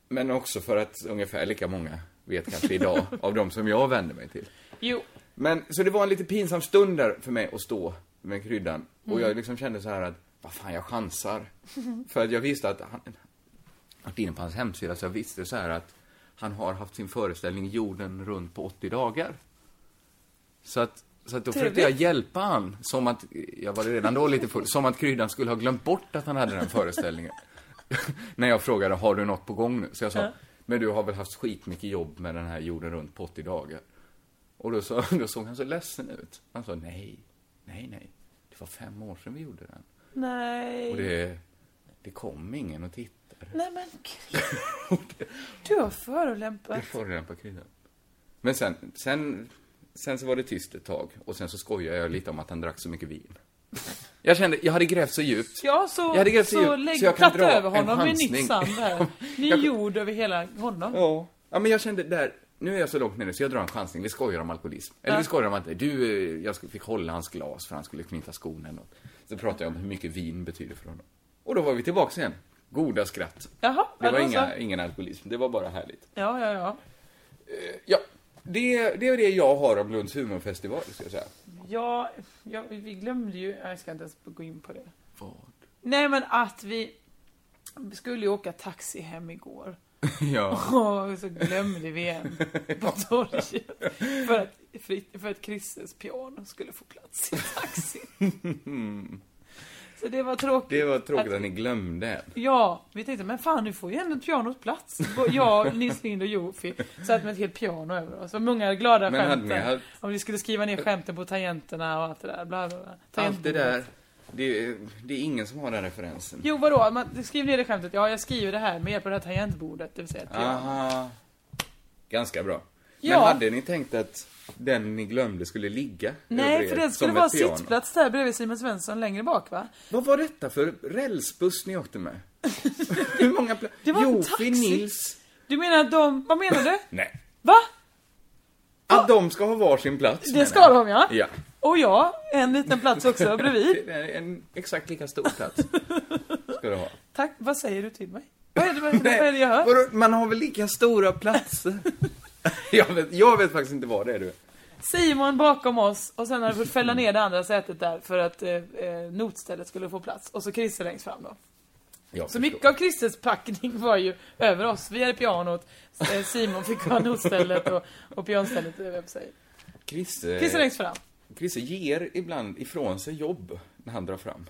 [SPEAKER 4] Men också för att ungefär lika många vet kanske idag av de som jag vänder mig till.
[SPEAKER 3] Jo,
[SPEAKER 4] Men, så det var en lite pinsam stund där för mig att stå med kryddan.
[SPEAKER 3] Mm.
[SPEAKER 4] Och jag liksom kände så här att, vad fan, jag chansar. för att jag visste att han, jag har varit inne på hans hemsida, så jag visste så här att han har haft sin föreställning Jorden runt på 80 dagar. Så att, så att då försökte jag
[SPEAKER 3] Trevligt.
[SPEAKER 4] hjälpa han, som att, jag var redan då lite full, som att kryddan skulle ha glömt bort att han hade den föreställningen. När jag frågade, har du något på gång nu? Så jag sa, men du har väl haft skitmycket jobb med den här Jorden runt på 80 dagar? Och då, så, då såg han så ledsen ut. Han sa nej, nej, nej. Det var fem år sedan vi gjorde den.
[SPEAKER 3] nej.
[SPEAKER 4] Och det, det kom ingen och tittade.
[SPEAKER 3] Nej men Gry. Du har förolämpat.
[SPEAKER 4] Det förolämpar kryddan. Men sen, sen, sen så var det tyst ett tag. Och sen så skojade jag lite om att han drack så mycket vin. Jag kände, jag hade grävt så djupt.
[SPEAKER 3] Ja, så,
[SPEAKER 4] Jag hade grävt
[SPEAKER 3] så
[SPEAKER 4] djupt,
[SPEAKER 3] lägg
[SPEAKER 4] så jag kan
[SPEAKER 3] platta
[SPEAKER 4] dra
[SPEAKER 3] över
[SPEAKER 4] en
[SPEAKER 3] honom med
[SPEAKER 4] chansning.
[SPEAKER 3] nytt sand här. Ni är
[SPEAKER 4] Jag-
[SPEAKER 3] jord över hela honom.
[SPEAKER 4] Ja. Ja, men jag kände där, nu är jag så långt nere så jag drar en chansning. Vi skojar om alkoholism. Eller vi skojar om att du, eh, jag sk- fick hålla hans glas för han skulle knyta skon eller något. Så pratade jag om hur mycket vin betyder för honom. Och då var vi tillbaks igen. Goda skratt.
[SPEAKER 3] Jaha,
[SPEAKER 4] det
[SPEAKER 3] ja,
[SPEAKER 4] var
[SPEAKER 3] då
[SPEAKER 4] inga,
[SPEAKER 3] så.
[SPEAKER 4] ingen alkoholism, det var bara härligt.
[SPEAKER 3] Ja, ja, ja.
[SPEAKER 4] Ja, det, det är det jag har om Lunds humorfestival, ska jag säga.
[SPEAKER 3] Ja, ja, vi glömde ju... Jag ska inte ens gå in på det.
[SPEAKER 4] Vad?
[SPEAKER 3] Nej, men att vi skulle ju åka taxi hem igår.
[SPEAKER 4] Ja.
[SPEAKER 3] Och så glömde vi en på torget. För att, Frit- för att Christers piano skulle få plats i taxin. Så det var tråkigt.
[SPEAKER 4] Det var tråkigt
[SPEAKER 3] Att-
[SPEAKER 4] att ni glömde en.
[SPEAKER 3] Ja, vi tänkte men fan nu får ju ändå pianot plats. Bo- Jag, Nils Lind och Jofi satt med ett helt piano över oss. Och många glada
[SPEAKER 4] Men hade
[SPEAKER 3] skämt.
[SPEAKER 4] ni haft-
[SPEAKER 3] Om vi skulle skriva ner skämten på tangenterna och allt det där. Bla, bla, bla.
[SPEAKER 4] Allt det
[SPEAKER 3] Tangentbordet.
[SPEAKER 4] där, det, det är ingen som har den referensen.
[SPEAKER 3] Jo vadå, man skriv ner det skämtet. Ja, jag skriver det här med hjälp av det här tangentbordet. Det vill säga ett piano.
[SPEAKER 4] Aha. Ganska bra. Men
[SPEAKER 3] Ja.
[SPEAKER 4] hade ni tänkt att den ni glömde skulle ligga över
[SPEAKER 3] Nej,
[SPEAKER 4] er
[SPEAKER 3] för den skulle
[SPEAKER 4] som
[SPEAKER 3] vara
[SPEAKER 4] ett piano?
[SPEAKER 3] sittplats där bredvid Simon Svensson längre bak va?
[SPEAKER 4] Vad var detta för rälsbuss ni åkte med? Hur många pla-
[SPEAKER 3] Det var en
[SPEAKER 4] Jofi,
[SPEAKER 3] taxi.
[SPEAKER 4] Nils.
[SPEAKER 3] Du menar att de, vad menar du?
[SPEAKER 4] Nej.
[SPEAKER 3] Va?
[SPEAKER 4] Att de ska ha varsin plats. menar
[SPEAKER 3] Det ska
[SPEAKER 4] jag.
[SPEAKER 3] de ja.
[SPEAKER 4] Ja.
[SPEAKER 3] Och jag, en liten plats också bredvid.
[SPEAKER 4] Det är en exakt lika stor plats. Ska du ha.
[SPEAKER 3] Tack, vad säger du till mig? Vad är det, vad är det, vad är det jag hör?
[SPEAKER 4] vadå? man har väl lika stora platser? jag, vet, jag vet faktiskt inte vad det är du.
[SPEAKER 3] Simon bakom oss och sen hade vi fått fälla ner det andra sätet där för att eh, eh, notstället skulle få plats. Och så Christer längst fram då.
[SPEAKER 4] Jag
[SPEAKER 3] Så
[SPEAKER 4] förstår.
[SPEAKER 3] mycket av Christers packning var ju över oss. Vi hade pianot, eh, Simon fick ha notstället och, och pianstället eh, över sig.
[SPEAKER 4] Christer,
[SPEAKER 3] Christer längst fram.
[SPEAKER 4] Christer ger ibland ifrån sig jobb när han drar fram.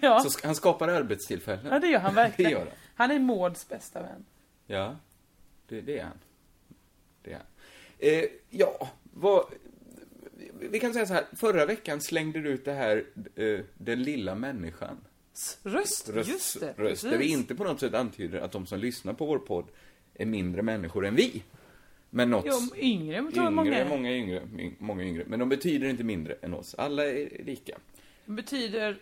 [SPEAKER 3] Ja,
[SPEAKER 4] Så sk- han skapar arbetstillfällen.
[SPEAKER 3] ja det gör han
[SPEAKER 4] Det gör
[SPEAKER 3] verkligen.
[SPEAKER 4] han.
[SPEAKER 3] Han är Mauds bästa vän.
[SPEAKER 4] Ja, det, det är han. Det är han. Eh, ja, vad... Vi kan säga så här, förra veckan slängde du ut det här, eh, den lilla människan.
[SPEAKER 3] Röst, just det.
[SPEAKER 4] röst där vi
[SPEAKER 3] precis.
[SPEAKER 4] inte på något sätt antyder att de som lyssnar på vår podd är mindre människor än vi. Men något...
[SPEAKER 3] Jo, yngre tror
[SPEAKER 4] Yngre,
[SPEAKER 3] jag många är.
[SPEAKER 4] många yngre, yng- många yngre. Men de betyder inte mindre än oss. Alla är lika.
[SPEAKER 3] Det betyder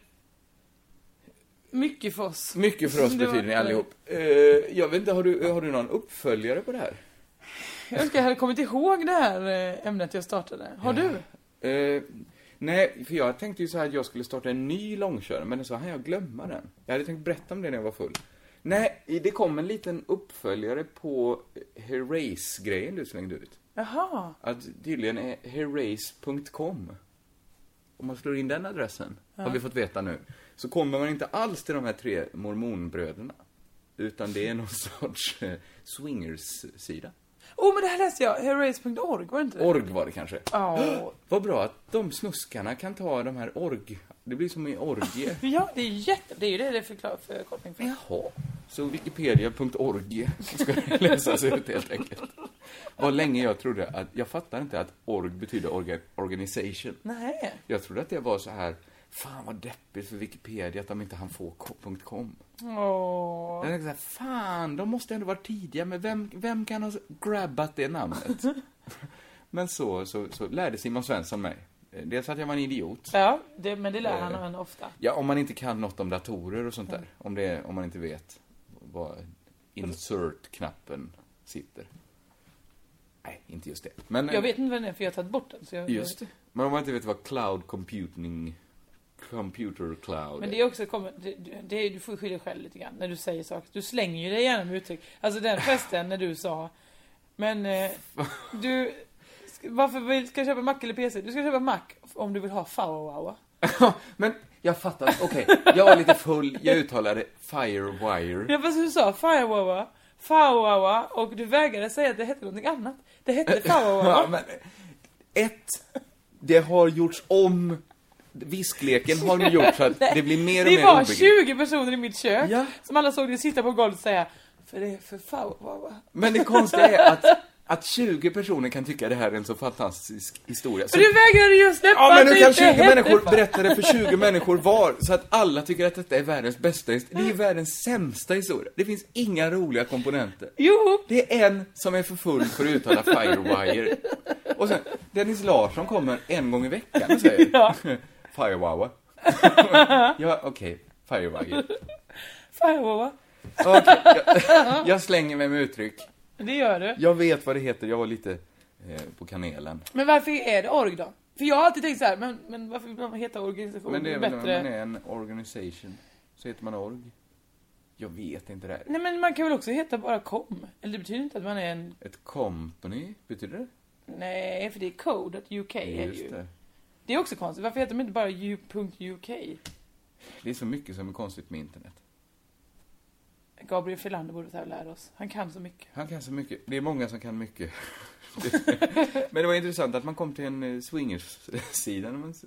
[SPEAKER 3] mycket för oss.
[SPEAKER 4] Mycket för oss
[SPEAKER 3] Det var-
[SPEAKER 4] betyder ni allihop. Eh, jag vet inte, har du, har du någon uppföljare på det här?
[SPEAKER 3] Jag önskar jag hade kommit ihåg det här eh, ämnet jag startade. Har du?
[SPEAKER 4] Eh, nej, för jag tänkte ju så här att jag skulle starta en ny långkörare, men så här jag glömma den. Jag hade tänkt berätta om det när jag var full. Nej, det kom en liten uppföljare på Herace-grejen du slängde ut.
[SPEAKER 3] Jaha.
[SPEAKER 4] Att tydligen är herace.com. Om man slår in den adressen, har vi fått veta nu, så kommer man inte alls till de här tre mormonbröderna. Utan det är någon sorts eh, swingers-sida.
[SPEAKER 3] Oh men det här läste jag, Herace.org, var det inte det?
[SPEAKER 4] Org var det kanske.
[SPEAKER 3] Ja.
[SPEAKER 4] Vad bra att de snuskarna kan ta de här org... Det blir som i orgie.
[SPEAKER 3] Ja, det är jätte... Det är ju det det är förklar- förkortning för.
[SPEAKER 4] Jaha. Så wikipedia.org ska det läsas ut helt enkelt. Vad länge jag trodde att... Jag fattar inte att org betyder orga, organization.
[SPEAKER 3] Nej.
[SPEAKER 4] Jag trodde att det var så här... Fan vad deppigt för Wikipedia att de inte hann få ko- .com.
[SPEAKER 3] Åh.
[SPEAKER 4] Jag tänkte så här, fan, de måste ändå vara tidiga, men vem, vem kan ha grabbat det namnet? men så, så, så lärde Simon Svensson mig. Eh, Dels att jag var en idiot.
[SPEAKER 3] Ja, det, men det lär han och henne ofta.
[SPEAKER 4] Ja, om man inte kan något om datorer och sånt där. Om, det, om man inte vet var insert-knappen sitter. Nej, inte just det. Men, eh,
[SPEAKER 3] Jag vet inte vad den är för jag har tagit bort den. Så jag,
[SPEAKER 4] Just det. Men om man inte vet vad cloud computing, computer cloud
[SPEAKER 3] Men det är också, kommer- det, det, är- du får skilja själv lite grann när du säger saker. Du slänger ju dig gärna med uttryck. Alltså den festen när du sa, men eh, du, sk- varför vill, ska jag köpa Mac eller PC? Du ska köpa Mac om du vill ha Fawawawa.
[SPEAKER 4] Men jag fattar, okej. Jag var lite full, jag uttalade firewire.
[SPEAKER 3] Ja fast du sa Fawawawa, Fawawa och du vägrade säga att det hette någonting annat. Det hette
[SPEAKER 4] Ja,
[SPEAKER 3] Fawawawa.
[SPEAKER 4] men, ett, det har gjorts om. Viskleken har nu gjort så att det blir mer och
[SPEAKER 3] Det
[SPEAKER 4] mer
[SPEAKER 3] var
[SPEAKER 4] obegripligt.
[SPEAKER 3] 20 personer i mitt kök
[SPEAKER 4] Ja.
[SPEAKER 3] som alla såg dig sitta på golvet och säga, för det är för Fawawawa.
[SPEAKER 4] Men det konstiga är att, att 20 personer kan tycka det här är en så fantastisk historia. Så,
[SPEAKER 3] För du vägrade ju släppa
[SPEAKER 4] ja, men
[SPEAKER 3] att
[SPEAKER 4] nu
[SPEAKER 3] det
[SPEAKER 4] kan
[SPEAKER 3] inte
[SPEAKER 4] 20
[SPEAKER 3] hette
[SPEAKER 4] människor berätta det för 20 människor var, så att alla tycker att detta är världens bästa historia. Det är världens sämsta historia. Det finns inga roliga komponenter.
[SPEAKER 3] Jo,
[SPEAKER 4] Det är en som är för full för att uttala Firewire. Och sen, Dennis Larsson kommer en gång i veckan och säger
[SPEAKER 3] Ja.
[SPEAKER 4] Firewower. ja, okej. Firewire.
[SPEAKER 3] Fawawawa.
[SPEAKER 4] Okej, jag, jag slänger mig med uttryck.
[SPEAKER 3] Det gör du.
[SPEAKER 4] Jag vet vad det heter, jag var lite eh, på kanelen.
[SPEAKER 3] Men varför är det org då? För jag har alltid tänkt så här, men, men varför vill man heta organisation?
[SPEAKER 4] Men det är väl om man
[SPEAKER 3] Oh, bättre.
[SPEAKER 4] är en organisation, så heter man org. Jag vet inte det här.
[SPEAKER 3] Nej men man kan väl också heta bara kom? Eller det betyder inte att man är en...
[SPEAKER 4] Ett company, betyder det?
[SPEAKER 3] Nej, för det är code.uk är det
[SPEAKER 4] Just
[SPEAKER 3] ju.
[SPEAKER 4] det.
[SPEAKER 3] Det är också konstigt, varför heter de inte bara u.uk?
[SPEAKER 4] Det är så mycket som är konstigt med internet.
[SPEAKER 3] Gabriel Filander borde ta och lära oss. Han kan så mycket.
[SPEAKER 4] Han kan så mycket. Det är många som kan mycket. Men det var intressant att man kom till en eh, swingers-sida. när man s-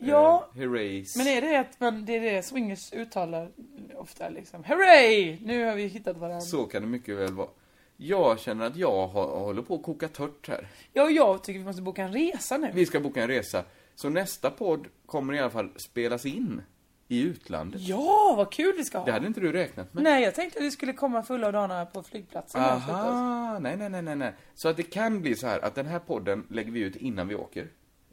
[SPEAKER 3] Ja,
[SPEAKER 4] Eh, Herace.
[SPEAKER 3] men är det att man, det är det swingers uttalar ofta liksom? Hurray! Nu har vi hittat varandra.
[SPEAKER 4] Så kan det mycket väl vara. Jag känner att jag har, håller på att koka tört här.
[SPEAKER 3] Ja, och jag tycker vi måste boka en resa nu.
[SPEAKER 4] Vi ska boka en resa. Så nästa podd kommer i alla fall spelas in i utlandet.
[SPEAKER 3] Ja, vad kul vi ska ha!
[SPEAKER 4] Det hade inte du räknat med.
[SPEAKER 3] Nej, jag tänkte att vi skulle komma fulla dagarna på flygplatsen. när vi flyttar oss.
[SPEAKER 4] Aha, nej, nej, nej, nej, nej. Så att det kan bli så här att den här podden lägger vi ut innan vi åker.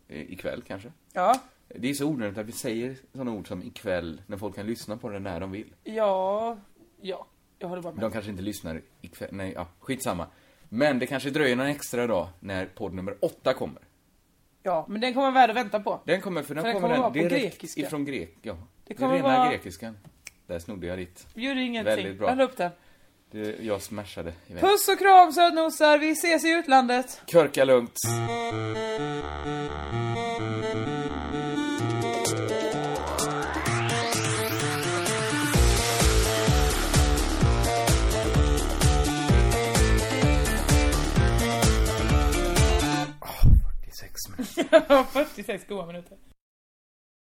[SPEAKER 4] Eh, Ikväll kanske.
[SPEAKER 3] Ja,
[SPEAKER 4] Det är så onödigt att vi säger sådana ord som ikväll, när folk kan lyssna på den när de vill.
[SPEAKER 3] ja, ja. Jag håller bara med.
[SPEAKER 4] De kanske inte lyssnar ikväll, nej, ja, skitsamma. Men det kanske dröjer någon extra dag när podd nummer åtta kommer.
[SPEAKER 3] Ja, men den kommer värd att vänta på.
[SPEAKER 4] Den kommer, för den
[SPEAKER 3] För den
[SPEAKER 4] kommer,
[SPEAKER 3] kommer vara på
[SPEAKER 4] den direkt
[SPEAKER 3] grekiska.
[SPEAKER 4] ifrån grek, ja. Det
[SPEAKER 3] kommer
[SPEAKER 4] rena
[SPEAKER 3] vara-
[SPEAKER 4] grekiskan. Där snodde jag ditt.
[SPEAKER 3] Gör ingenting.
[SPEAKER 4] Väldigt bra.
[SPEAKER 3] Jag la upp den.
[SPEAKER 4] Det, jag smashade iväg.
[SPEAKER 3] Puss och kram sötnosar, vi ses i utlandet!
[SPEAKER 4] Körka lugnt. Oh, 46 minuter.
[SPEAKER 3] 46 goa minuter.